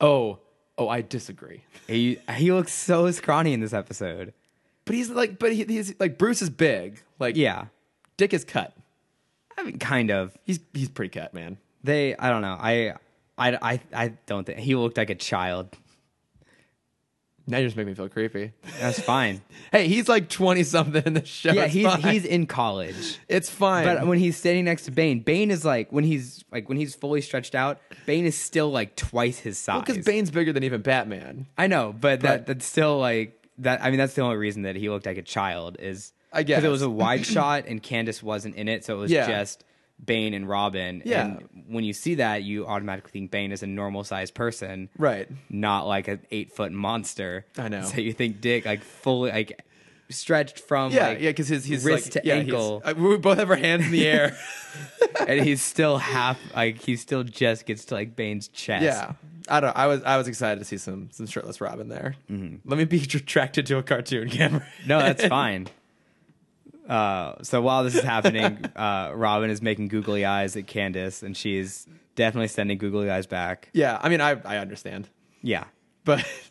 Oh, oh, I disagree. He he looks so scrawny in this episode. But he's like but he, he's like Bruce is big. Like Yeah, Dick is cut. I mean, kind of. He's he's pretty cut, man. they I don't know. I I I, I don't think he looked like a child. Now you just make me feel creepy. That's fine. Hey, he's like twenty something in the show. yeah, it's he's fine. he's in college. it's fine. But when he's standing next to Bane, Bane is like when he's like when he's fully stretched out, Bane is still like twice his size. because Bane's bigger than even Batman. I know, But- but, that that's still like that. I mean, that's the only reason that he looked like a child is I because it was guess. a wide shot and Candace wasn't in it, so it was Yeah. just Bane and Robin. Yeah. And when you see that, you automatically think Bane is a normal sized person, Right. Not like an eight foot monster. I know. So you think Dick like fully like stretched from Yeah, like, yeah, because his he's wrist like, to yeah, he's- ankle, uh, we both have our hands in the air. and he's still half like he still just gets to like Bane's chest. yeah, I don't. I was I was excited to see some some shirtless Robin there. Let me be attracted to a cartoon camera. Mm-hmm. No, that's fine. Uh, so while this is happening, uh, Robin is making googly eyes at Candace, and she's definitely sending googly eyes back. yeah, I mean, I I understand, Yeah, but.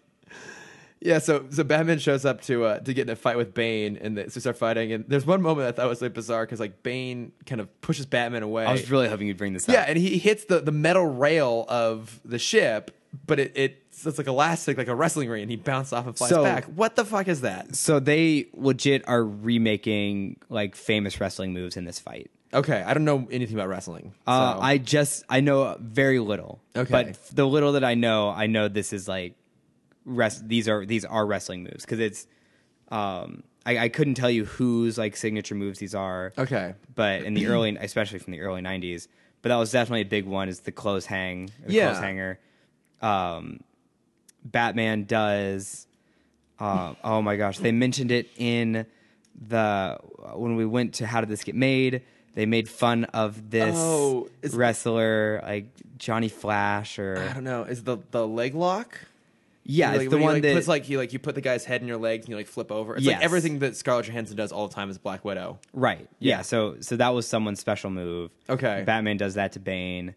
Yeah, so so Batman shows up to uh, to get in a fight with Bane, and they, so they start fighting. And there's one moment I thought was like bizarre because like Bane kind of pushes Batman away. I was really hoping you'd bring this Yeah, up. and he hits the, the metal rail of the ship, but it, it it's like elastic, like a wrestling ring, and he bounced off and flies So- back. What the fuck is that? So they legit are remaking like famous wrestling moves in this fight. Okay, I don't know anything about wrestling. Uh, so- I just I know very little. Okay. but the little that I know, I know this is like rest. These are these are wrestling moves because it's. Um, I, I couldn't tell you whose like signature moves these are. okay, but in the early, especially from the early '90s. But that was definitely a big one. Is the clothes hang, the Yeah. clothes hanger. Um, Batman does. Uh, oh my gosh, they mentioned it in the when we went to How Did This Get Made. They made fun of this Oh, it's- wrestler, like Johnny Flash, I or don't know. Is the the leg lock? yeah, like, it's the when you, one like, that puts like you like you put the guy's head in your legs and you like flip over. It's Yes. like everything that Scarlett Johansson does all the time is Black Widow. Right. Yeah. So so that was someone's special move. Okay. Batman does that to Bane.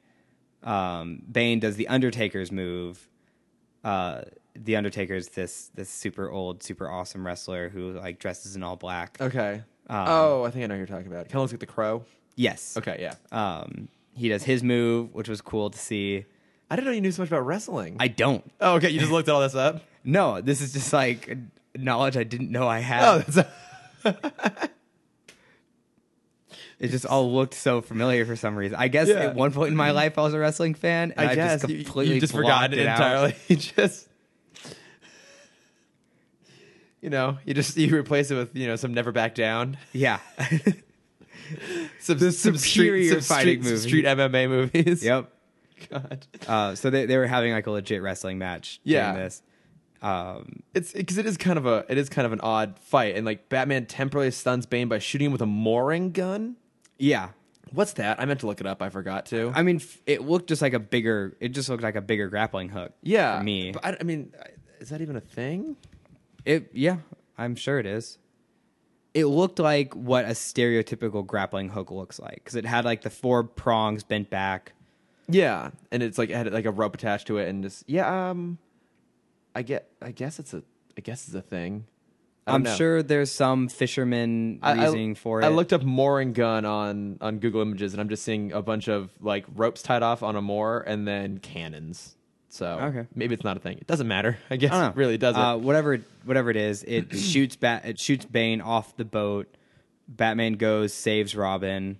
Um, Bane does the Undertaker's move. Uh, the Undertaker's this this super old, super awesome wrestler who like dresses in all black. Okay. oh, I think I know who you're talking about. Kind of looks like the crow. Yes. Okay, yeah. Um, he does his move, which was cool to see. I didn't know you knew so much about wrestling. I don't. oh, okay. You just looked all this up. No, this is just like knowledge I didn't know I had. Oh, that's It just all looked so familiar for some reason. I guess Yeah. at one point in my life I was a wrestling fan, and I, guess just you- completely you, just blocked forgot it it out. entirely. You just you know, you just you replace it with you know some never back down, Yeah. some, some superior street, some street, fighting some movie. street MMA movies. Yep. God, Uh, so they, they were having like a legit wrestling match Yeah. during this. Um, it's because it is kind of a it is kind of an odd fight, and like Batman temporarily stuns Bane by shooting him with a mooring gun. yeah. What's that? I meant to look it up. I forgot to. I mean, f- it looked just like a bigger. It just looked like a bigger grappling hook. yeah, for me. But I, I mean, I- is that even a thing? It yeah, I'm sure it is. It looked like what a stereotypical grappling hook looks like because it had like the four prongs bent back. Yeah, and it's like it had like a rope attached to it, and just yeah. Um, I get. I guess it's a. I guess it's a thing. I don't I'm know. sure there's some fisherman I- I- reasoning for it. I looked up mooring gun on on Google Images, and I'm just seeing a bunch of like ropes tied off on a moor, and then cannons. So Okay. maybe it's not a thing. It doesn't matter. I guess I don't it know. really doesn't. Uh, whatever, whatever it is, it shoots bat. It shoots Bane off the boat. Batman goes, saves Robin.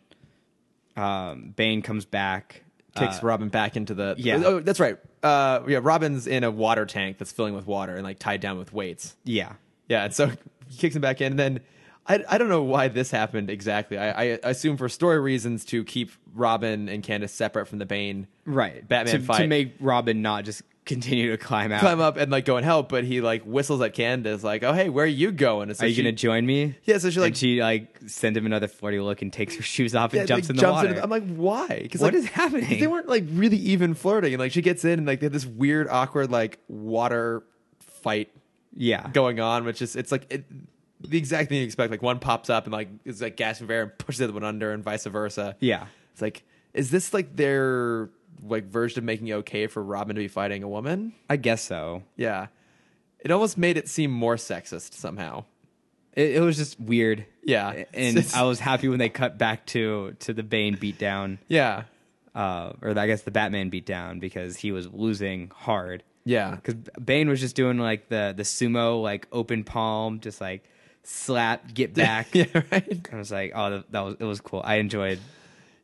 Um, Bane comes back. Uh, Kicks Robin back into the yeah. Oh, that's right. Uh, yeah, Robin's in a water tank that's filling with water and like tied down with weights. Yeah, Yeah, and so he kicks him back in, and then I, I don't know why this happened exactly. I, I assume for story reasons to keep Robin and Candace separate from the Bane right. Batman to, fight. to make Robin not just continue to climb out. climb up and like go and help, but he like whistles at Candace like, "Oh hey, where are you going?" And so Are you she- gonna join me? Yeah, so she, like- and she like sends him another flirty look and takes her shoes off Yeah, and jumps like, in the water. I'm like, why? Because What is happening? They weren't like really even flirting, and like she gets in and like they have this weird, awkward like water fight yeah, going on, which is it's like it, the exact thing you expect. Like one pops up and like is like gasping for air and pushes the other one under, and vice versa. Yeah. it's like is this like their like version of making it okay for Robin to be fighting a woman? I guess so. Yeah, it almost made it seem more sexist somehow. It, it was just weird. Yeah. and I was happy when they cut back to to the Bane beatdown. Yeah, uh, or I guess the Batman beat down because he was losing hard. Yeah. because Bane was just doing like the the sumo like open palm, just like slap, get back. yeah, right. I was like, oh, that, that was it was cool. I enjoyed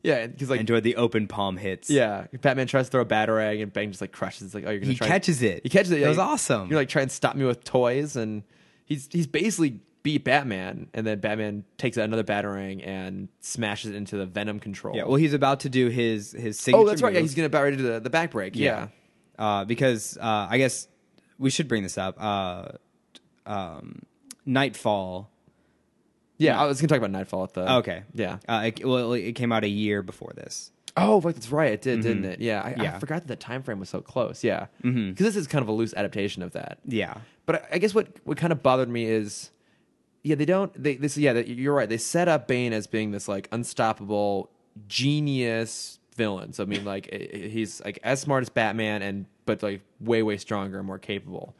Yeah, because I like enjoyed the open palm hits. yeah, Batman tries to throw a batarang and Bang just like crushes. It's like oh, you're gonna He try catches it. He catches it. That yeah. was awesome. You're like trying to stop me with toys, and he's he's basically beat Batman, and then Batman takes out another batarang and smashes it into the Venom control. yeah. Well, he's about to do his his signature. oh, that's right. Yeah, move. he's gonna about ready to do the, the back break. Yeah. Uh, because uh, I guess we should bring this up. Uh, um, Nightfall. yeah, I was gonna talk about Nightfall at the Okay. Oh, yeah. Uh, it, well, it came out a year before this. Oh, right, that's right. It did, didn't it? Yeah, I, Mm-hmm. Yeah. Mm-hmm. I forgot that the time frame was so close. Yeah, because this is kind of a loose adaptation of that. Yeah. But I, I guess what what kind of bothered me is, yeah, they don't. They this yeah, that- you're right. They set up Bane as being this like unstoppable genius villain. So I mean, like i- i- he's like as smart as Batman, and but like way way stronger and more capable.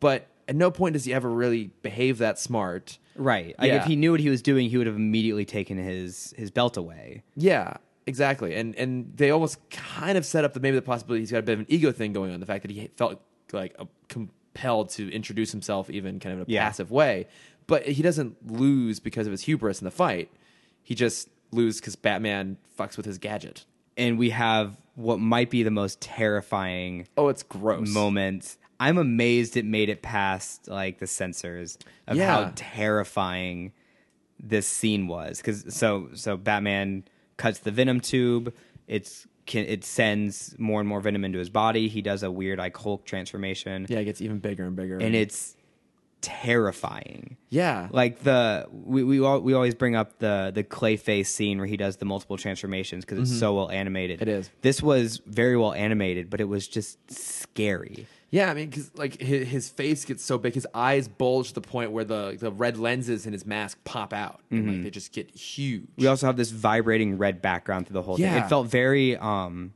But at no point does he ever really behave that smart. Right. Like, if Yeah. he knew what he was doing, he would have immediately taken his his belt away. Yeah, exactly. And and they almost kind of set up the maybe the possibility he's got a bit of an ego thing going on. The fact that he felt like a, compelled to introduce himself even kind of in a Yeah. passive way, but he doesn't lose because of his hubris in the fight. He just loses because Batman fucks with his gadget. And we have what might be the most terrifying Oh, it's gross. moment. I'm amazed it made it past like the censors of how Yeah. terrifying this scene was. Because so so Batman cuts the venom tube. It's can, it sends more and more venom into his body. He does a weird like Hulk transformation, Yeah, it gets even bigger and bigger. and it's terrifying. yeah, Like the we we all, we always bring up the the Clayface scene where he does the multiple transformations because it's so well animated. Mm-hmm. It is. This was very well animated, but it was just scary. Yeah, I mean, because like his, his face gets so big, his eyes bulge to the point where the the red lenses in his mask pop out, and Mm-hmm. like they just get huge. we also have this vibrating red background through the whole thing. Yeah. It felt very um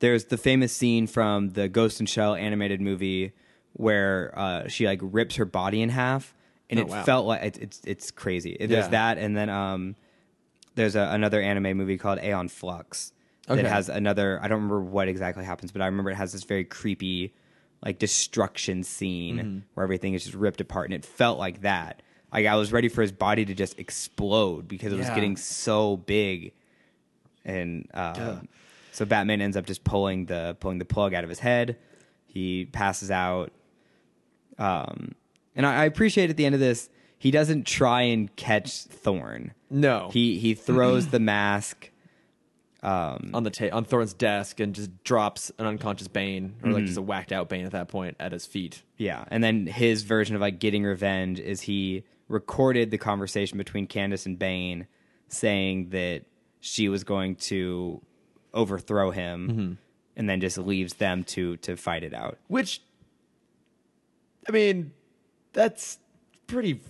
there's the famous scene from the Ghost and Shell animated movie where uh she like rips her body in half and Oh, it wow. felt like it, it's it's crazy. Yeah. There's that and then um there's a, another anime movie called Aeon Flux that Okay. has another I don't remember what exactly happens, but I remember it has this very creepy like destruction scene Mm-hmm. where everything is just ripped apart and it felt like that. Like I was ready for his body to just explode because it was Yeah. getting so big and uh, so Batman ends up just pulling the pulling the plug out of his head. He passes out. Um and I, I appreciate at the end of this he doesn't try and catch Thorn. No. He he throws the mask on the ta- on Thorne's desk and just drops an unconscious Bane or like just a whacked out Bane at that point at his feet. Yeah, and then his version of like getting revenge is he recorded the conversation between Candace and Bane, saying that she was going to overthrow him, and then just leaves them to to fight it out. Which, I mean, that's pretty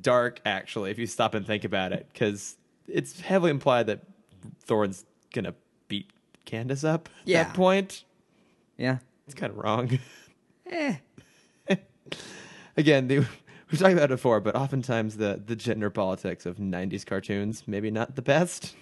dark actually if you stop and think about it because it's heavily implied that Thorne's gonna beat Candace up at Yeah. that point. Yeah, It's kind of wrong. Again, the, we've talked about it before, but oftentimes the, the gender politics of 90s cartoons, maybe not the best.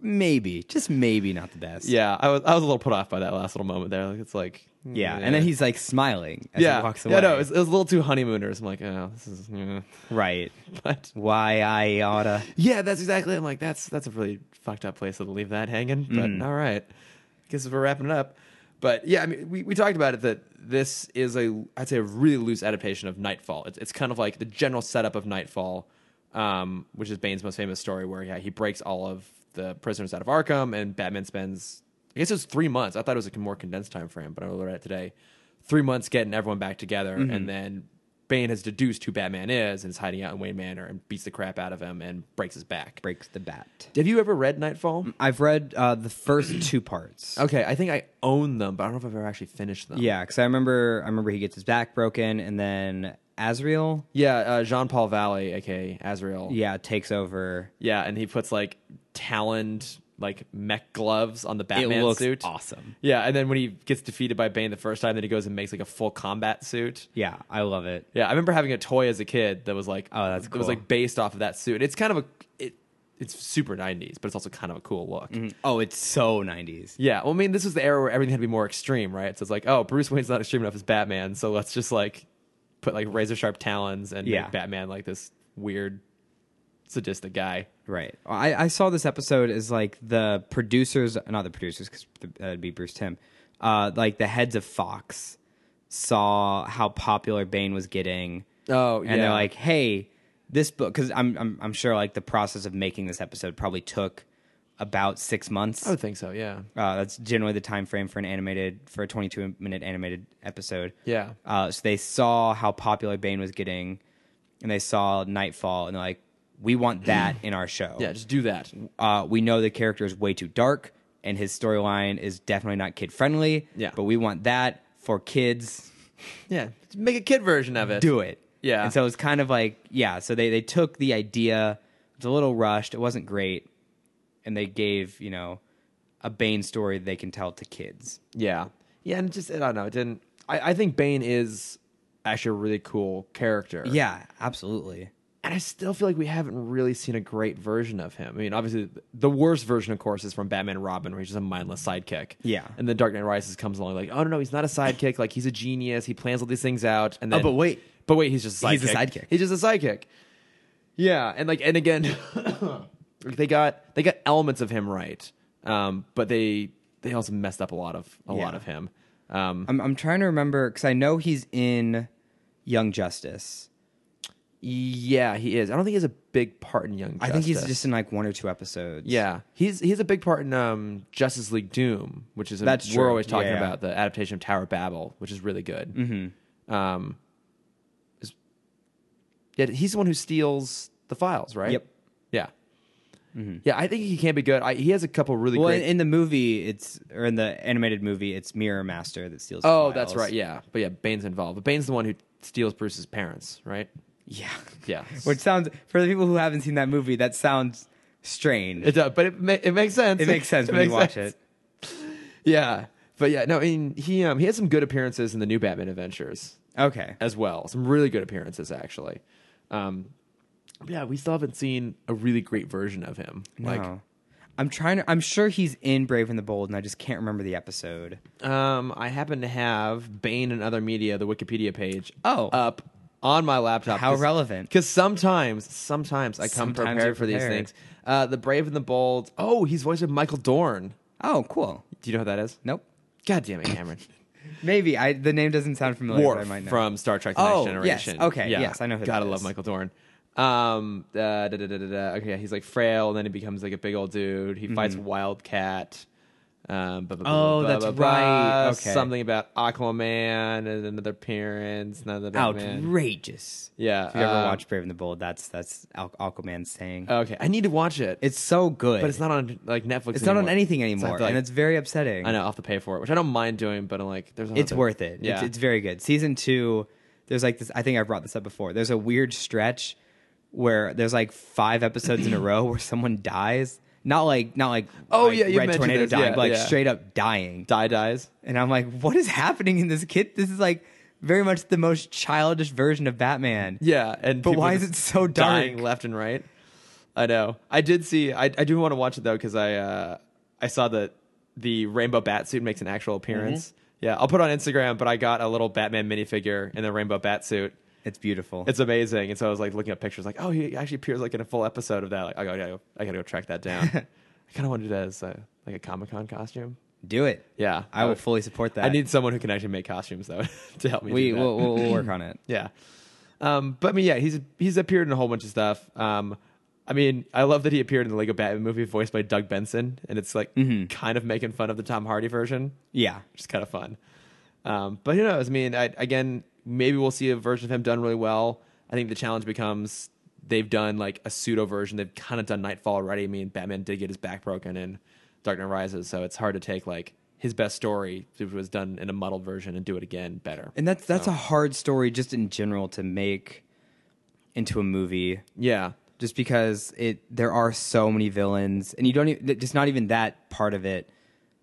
maybe just maybe not the best. Yeah, I was, I was a little put off by that last little moment there. Like, it's like. yeah, and then he's like smiling as Yeah, he walks away. yeah, no, it was, it was a little too honeymooners. I'm like, oh, this is. yeah. right. But Why I oughta. yeah, that's exactly. I'm like, that's that's a really fucked up place to leave that hanging. But all right, I guess if we're wrapping it up. But yeah, I mean, we, we talked about it that this is a I'd say a really loose adaptation of Nightfall. It's it's kind of like the general setup of Nightfall, um, which is Bane's most famous story, where yeah he breaks all of the prisoners out of Arkham, and Batman spends I guess it was three months. I thought it was a more condensed time frame, but I looked at it today. Three months getting everyone back together, and then Bane has deduced who Batman is and is hiding out in Wayne Manor and beats the crap out of him and breaks his back. breaks the bat. Have you ever read Nightfall? I've read uh, the first two parts. Okay, I think I own them, but I don't know if I've ever actually finished them. Yeah, because I remember I remember he gets his back broken, and then Azrael. yeah. Uh, Jean Paul Valley, aka Azrael. yeah takes over yeah, and he puts like taloned like mech gloves on the Batman looks suit. awesome. Yeah, and then when he gets defeated by Bane the first time, then he goes and makes like a full combat suit. yeah i love it Yeah, I remember having a toy as a kid that was like, Oh, that's It was cool. like based off of that suit. It's kind of a, it, it's super 90s, but it's also kind of a cool look. Oh, it's so 90s. Yeah, well, I mean, this was the era where everything had to be more extreme, right? So it's like, oh, Bruce Wayne's not extreme enough as Batman, so let's just like put like razor sharp talons and Yeah. make Batman like this weird, sadistic guy. Right. I, I saw this episode as like the producers, not the producers, because that'd be Bruce Tim. Uh, like the heads of Fox saw how popular Bane was getting. Oh, and yeah. they're like, "Hey, this book." Because I'm, I'm I'm sure like the process of making this episode probably took about six months. I would think so, yeah. Uh, that's generally the time frame for an animated for a 22 minute animated episode. Yeah. Uh, so they saw how popular Bane was getting, and they saw Nightfall, and they're like, "We want that in our show." Yeah, just do that. Uh, we know the character is way too dark, and his storyline is definitely not kid friendly. Yeah. But we want that for kids. Yeah, just make a kid version of it. Do it. Yeah. And so it's kind of like, yeah. So they they took the idea. It's a little rushed. It wasn't great, and they gave you know a Bane story they can tell to kids. Yeah. Yeah, and just, I don't know, it didn't. I, I think Bane is actually a really cool character. Yeah, absolutely. and I still feel like we haven't really seen a great version of him. I mean, obviously, the worst version, of course, is from Batman and Robin, where he's just a mindless sidekick. Yeah. And then Dark Knight Rises comes along, like, oh no, no, he's not a sidekick. Like he's a genius. He plans all these things out. And then, Oh, but wait. but wait, he's just a sidekick. He's a sidekick. He's just a sidekick. Yeah, and like, and again, like, they got they got elements of him right, um, but they they also messed up a lot of a lot Yeah. of him. Um, I'm I'm trying to remember because I know he's in Young Justice. yeah, he is. I don't think he has a big part in Young. Justice. I think he's just in like one or two episodes. Yeah, he's he's a big part in um, Justice League Doom, which is a, That's we're true. always talking Yeah. about the adaptation of Tower of Babel, which is really good. Mm-hmm. Um, is- yeah, he's the one who steals the files, right? Yep. Mm-hmm. Yeah. Yeah, I think he can be good. I, he has a couple really Well, great. in, in the movie, it's or in the animated movie, it's Mirror Master that steals. the oh, that's files. right. Yeah, but yeah, Bane's involved. But Bane's the one who steals Bruce's parents, right? Yeah. Yeah. Which sounds for the people who haven't seen that movie, that sounds strange. It does, but it, ma- it makes sense. it makes sense when you watch sense. it. Yeah, but yeah, no, I mean, he um he has some good appearances in the new Batman Adventures. Okay. as well. Some really good appearances, actually. Um, but yeah, we still haven't seen a really great version of him. No. I'm trying to I'm sure he's in Brave and the Bold and I just can't remember the episode. Like, um, I happen to have Bane and Other Media, the Wikipedia page, Oh. up on my laptop. How relevant. Because sometimes, sometimes I come Sometimes prepared you're for these prepared. things. Uh, the Brave and the Bold. Oh, he's voiced by Michael Dorn. Oh, cool. Do you know who that is? Nope. God damn it, Cameron. Maybe I the name doesn't sound familiar, but I Worf might know. from Star Trek: The Next Oh, yes. Generation. Okay, yes, I know who Gotta that love is. Michael Dorn. Um, uh, da, da, da, da, da. Okay, yeah, he's like frail, and then he becomes like a big old dude. He fights Wildcat. Um, ba- ba- ba- Mm-hmm. Oh, ba- that's ba- ba- right. Okay. Something about Aquaman and another appearance, another Batman. Outrageous. Yeah, If you ever um, watch Brave and the Bold, that's that's Al- Aquaman's saying. Okay, I need to watch it. it's so good. but it's not on like Netflix. It's not on anymore. anything So I have anymore, to, like- and it's very upsetting. I know I'll have to pay for it, which I don't mind doing, but I'm like, there's. It's another- worth it. Yeah, It's, it's very good. Season two, there's like this. I think I brought this up before. There's a weird stretch where there's like five episodes in a row where someone dies. Not like not like Oh, like yeah, you red mentioned tornado this. dying, Yeah, but like yeah. straight up dying. die dies. And I'm like, what is happening in this kid? This is like very much the most childish version of Batman. Yeah, and But people why are is just it so dark? dying left and right? I know. I did see. I, I do want to watch it though because I uh, I saw that the rainbow bat suit makes an actual appearance. Mm-hmm. Yeah, I'll put it on Instagram. But I got a little Batman minifigure in the rainbow bat suit. It's beautiful. It's amazing. And so I was like looking at pictures, like, oh, he actually appears like in a full episode of that. Like, I gotta, go- I gotta go track that down. I kind of want to do that as a, like a Comic Con costume. Do it. Yeah, Oh, I will would- fully support that. I need someone who can actually make costumes though to help me. We do that. we'll, we'll, we'll work on it. Yeah. Um, but I mean, yeah, he's he's appeared in a whole bunch of stuff. Um, I mean, I love that he appeared in the Lego Batman movie voiced by Doug Benson, and it's like kind of making fun of the Tom Hardy version, Yeah. which is kind of fun. Um, but who knows? I mean, I, again, maybe we'll see a version of him done really well. I think the challenge becomes they've done like a pseudo version. They've kind of done Nightfall already. I mean, Batman did get his back broken in Dark Knight Rises, so it's hard to take like his best story, which was done in a muddled version, and do it again better. And that's that's a hard story just in general to make into a movie yeah. just because it there are so many villains and you don't even just not even that part of it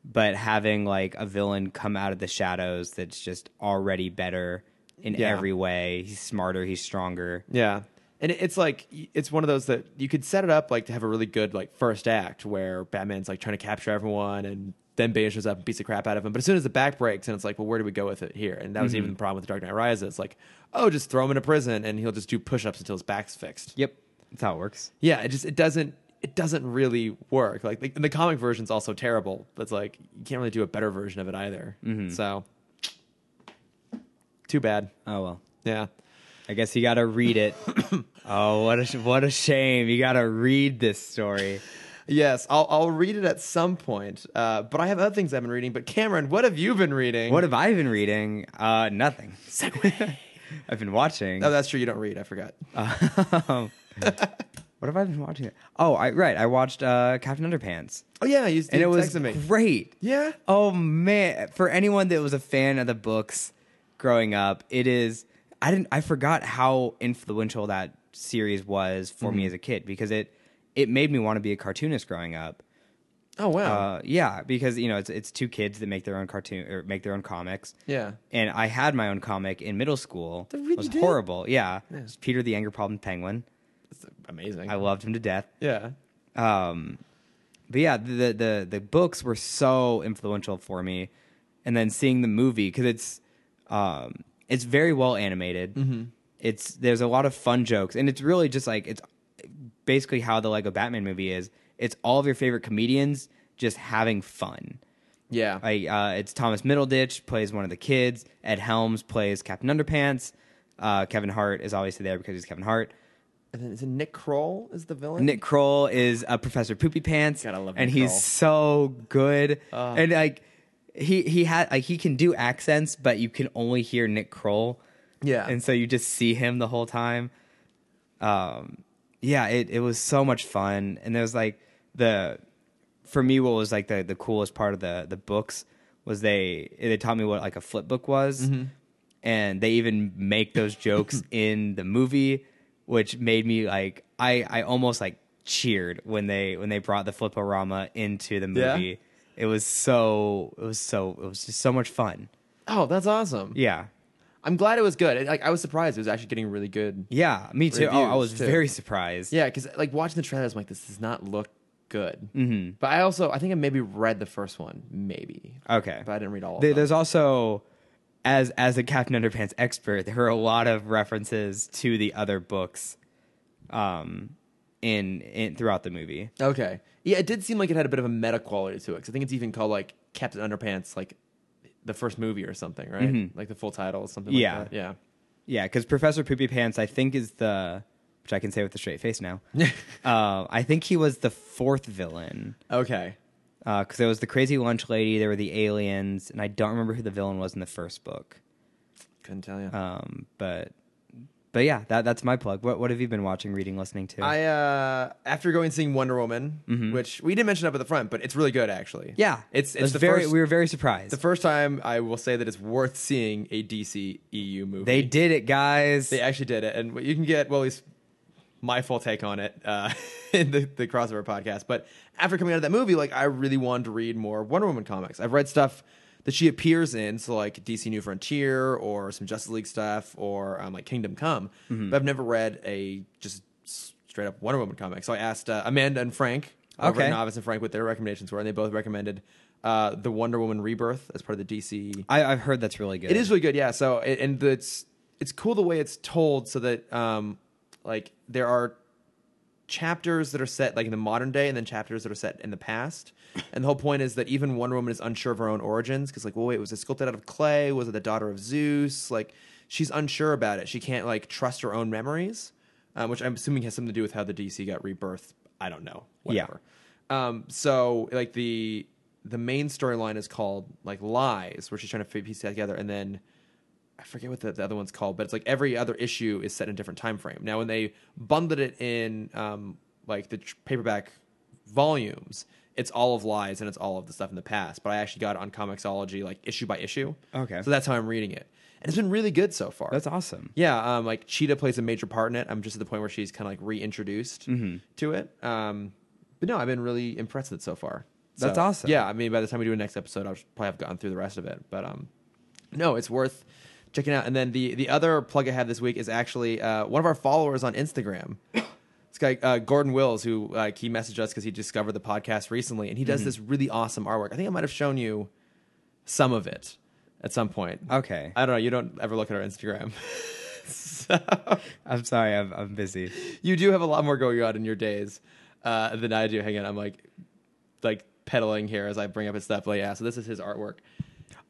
but having like a villain come out of the shadows that's just already better in Yeah. every way he's smarter he's stronger Yeah. and it- it's like y- it's one of those that you could set it up like to have a really good like first act where Batman's like trying to capture everyone and then Bane shows up and beats the crap out of him. But as soon as the back breaks and it's like, well, where do we go with it here? And that was even the problem with the Dark Knight Rises. It's like, oh, just throw him into prison and he'll just do push-ups until his back's fixed. Yep, that's how it works. Yeah, it just it doesn't it doesn't really work. Like, like and the comic version's also terrible. But it's like you can't really do a better version of it either. So too bad. Oh well. Yeah. I guess you got to read it. oh, what a sh- what a shame. You got to read this story. Yes, I'll I'll read it at some point. Uh, but I have other things I've been reading. But Cameron, what have you been reading? What have I been reading? Uh, nothing. I've been watching. Oh, that's true. You don't read. I forgot. Um, what have I been watching? Oh, I right. I watched uh, Captain Underpants, oh yeah, you, you and it was texted me. great. Yeah. Oh man, for anyone that was a fan of the books growing up, it is I didn't I forgot how influential that series was for me as a kid because it it made me want to be a cartoonist growing up. Oh wow. Uh, yeah, because you know, it's it's two kids that make their own cartoon or make their own comics. yeah. And I had my own comic in middle school. They really it was did? horrible. Yeah. It was Peter the Anger Problem Penguin. It's amazing. I loved him to death. yeah. Um, but yeah, the, the the the books were so influential for me, and then seeing the movie because it's um it's very well animated. Mm-hmm. It's there's a lot of fun jokes, and it's really just like it's basically how the Lego Batman movie is. It's all of your favorite comedians just having fun. Yeah. Like uh, it's Thomas Middleditch plays one of the kids. Ed Helms plays Captain Underpants. Uh, Kevin Hart is obviously there because he's Kevin Hart. and then is it Nick Kroll is the villain? Nick Kroll is a Professor Poopy Pants, Gotta love and Nick he's Kroll. so good. and like he he had like he can do accents, but you can only hear Nick Kroll, Yeah. and so you just see him the whole time. Um, yeah, it it was so much fun, and there was like the for me what was like the the coolest part of the the books was they they taught me what like a flip book was Mm-hmm. and they even make those jokes in the movie which made me like i i almost like cheered when they when they brought the fliporama into the Yeah? movie it was so it was so it was just so much fun oh, that's awesome. yeah I'm glad it was good. It, like I was surprised it was actually getting really good. yeah me too oh i Reviews, was too. very surprised Yeah, because like watching the trailers, I'm like, this does not look good. Mm-hmm. But I also, I think I maybe read the first one, maybe. okay But I didn't read all. Of There- them. There's also, as as a Captain Underpants expert, there are a lot of references to the other books, um, in in throughout the movie. Okay. Yeah, it did seem like it had a bit of a meta quality to it. 'cause I think it's even called like Captain Underpants, like the first movie or something, right? Like the full title, something like Mm-hmm. Yeah. that. Yeah. Yeah, because Professor Poopy Pants, I think, is the which I can say with a straight face now. uh, I think he was the fourth villain Okay. because there was the crazy lunch lady, there were the aliens, and I don't remember who the villain was in the first book. Couldn't tell you. Um, but but yeah, that that's my plug. What what have you been watching, reading, listening to? I uh after going and seeing Wonder Woman, which we didn't mention up at the front, but it's really good actually. Mm-hmm. yeah, It's it it's was the very first we were very surprised. the first time I will say that it's worth seeing a DC EU movie. They did it, guys. They actually did it, and you can get well, at least my full take on it uh, in the, the crossover podcast. But after coming out of that movie, like I really wanted to read more Wonder Woman comics. I've read stuff that she appears in, so like DC New Frontier or some Justice League stuff or um, like Kingdom Come, but I've never read a just s- straight up Wonder Woman comic. So I asked uh, Amanda and Frank over Okay. at Novice and Frank what their recommendations were, and they both recommended uh, the Wonder Woman Rebirth as part of the DC I, I've heard that's really good. it is really good, yeah. So it, and the, it's it's cool the way it's told, so that um like there are chapters that are set like in the modern day, and then chapters that are set in the past. And the whole point is that even Wonder Woman is unsure of her own origins because like, well, wait, was it sculpted out of clay? Was it the daughter of Zeus? Like, she's unsure about it. She can't like trust her own memories, um, which I'm assuming has something to do with how the DC got rebirthed. I don't know. Yeah. Whatever. Um, so like the the main storyline is called like lies, where she's trying to piece that together, and then I forget what the, the other one's called, but it's like every other issue is set in a different time frame. Now, when they bundled it in um, like the tr- paperback volumes, it's all of lies and it's all of the stuff in the past. But I actually got it on Comixology like issue by issue. Okay. so that's how I'm reading it, and it's been really good so far. That's awesome. Yeah, um, like Cheetah plays a major part in it. I'm just at the point where she's kind of like reintroduced Mm-hmm. to it. Um, but no, I've been really impressed with it so far. That's So, awesome. Yeah, I mean, by the time we do a next episode, I'll probably have gotten through the rest of it. But um, no, it's worth check it out. And then the the other plug I have this week is actually uh, one of our followers on Instagram. This guy uh, Gordon Wills, who like he messaged us because he discovered the podcast recently, and he Mm-hmm. does this really awesome artwork. I think I might have shown you some of it at some point. Okay. I don't know. You don't ever look at our Instagram. so I'm sorry, I'm, I'm busy. you do have a lot more going on in your days uh, than I do. Hang on, I'm like like peddling here as I bring up his stuff. Like, yeah, so this is his artwork.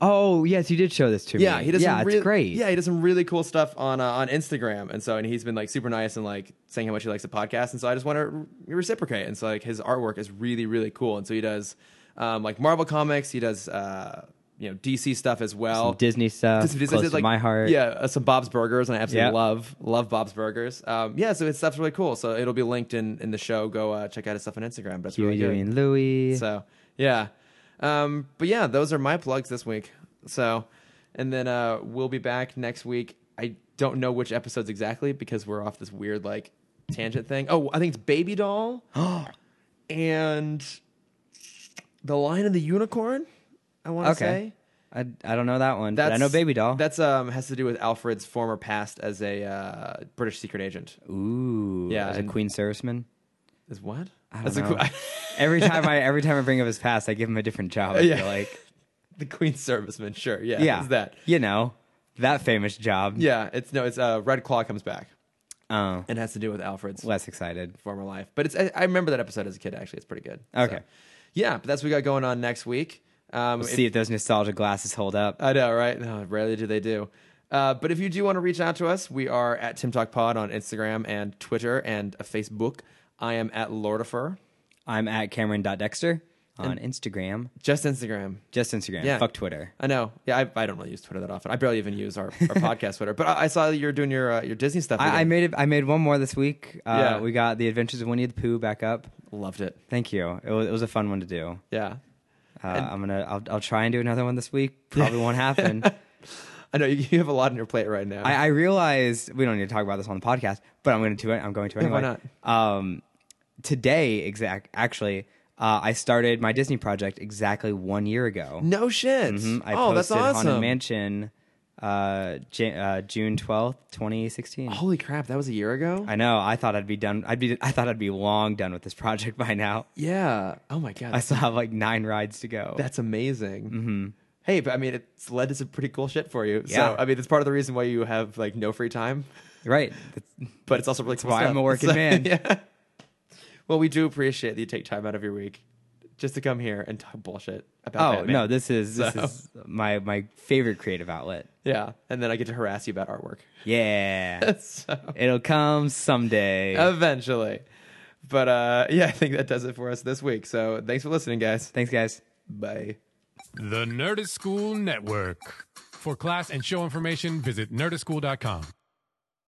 Oh yes, you did show this to Yeah, me. he does. Yeah, some it's real- great. Yeah, he does some really cool stuff on uh, on Instagram, and so and he's been like super nice and like saying how much he likes the podcast, and so I just want to re- reciprocate, and so like his artwork is really really cool, and so he does um, like Marvel comics, he does uh, you know DC stuff as well, Some Disney stuff. Just- just- close just, to my heart. Yeah, uh, some Bob's Burgers, and I absolutely Yeah. love love Bob's Burgers. Um, yeah, so his stuff's really cool. So it'll be linked in in the show. Go uh, check out his stuff on Instagram. But it's Huey, really good. Dewey, and Louie. So yeah, um, but yeah, those are my plugs this week. So, and then uh, we'll be back next week. I don't know which episodes exactly because we're off this weird like tangent thing. Oh, I think it's Baby Doll and the Lion and the Unicorn. I want to say Okay. I, I don't know that one. but I know Baby Doll. That's um has to do with Alfred's former past as a uh, British secret agent. Ooh. Yeah, As a and- Queen Serviceman. Is what? I As don't the know. que- every time I every time I bring up his past, I give him a different job. I Yeah. feel like the Queen's serviceman. Sure. Yeah. yeah, Is that? you know that famous job? Yeah. It's no. It's uh, Red Claw comes back. Oh, It has to do with Alfred's less excited. former life. But it's I, I remember that episode as a kid. Actually, it's pretty good. Okay. yeah, but that's what we got going on next week. Um, if- See if those nostalgia glasses hold up. I know, right? No, rarely do they do. Uh, but if you do want to reach out to us, we are at Tim Talk Pod on Instagram and Twitter and uh, Facebook. I am at Lordifer, I'm at Cameron.Dexter on Instagram. just Instagram. Just Instagram. Yeah. Fuck Twitter. I know. Yeah, I, I don't really use Twitter that often. I barely even use our, our podcast Twitter. But I, I saw that you're doing your uh, your Disney stuff. I, I again. made it, I made one more this week. Uh, Yeah. We got the Adventures of Winnie the Pooh back up. loved it. Thank you. It was, it was a fun one to do. Yeah, Uh, I'm gonna. I'll, I'll try and do another one this week. Probably won't happen. I know you, you have a lot on your plate right now. I, I realized we don't need to talk about this on the podcast, but I'm going to. I'm going to anyway. why Um, today, exact actually, uh, I started my Disney project exactly one year ago. no shit. Mhm. I oh, that's posted awesome. Haunted Mansion, uh, Jan- uh, June twelfth, twenty sixteen. Holy crap, that was a year ago? I know. I thought I'd be done. I'd be. I thought I'd be long done with this project by now. yeah. Oh my god. I still have like nine rides to go. that's amazing. Mm-hmm. Hey, but I mean, it's led to some pretty cool shit for you. Yeah. So, I mean, it's part of the reason why you have like no free time, right. That's- but it's also really That's cool why stuff. I'm a working So, man. Yeah. Well, we do appreciate that you take time out of your week just to come here and talk bullshit about oh Batman. no! This is this So- is my my favorite creative outlet. Yeah. And then I get to harass you about artwork. Yeah. Oh. so, It'll come someday. eventually. But uh, yeah, I think that does it for us this week. So thanks for listening, guys. Thanks, guys. Bye. The Nerdist School Network. For class and show information, visit nerdistschool.com.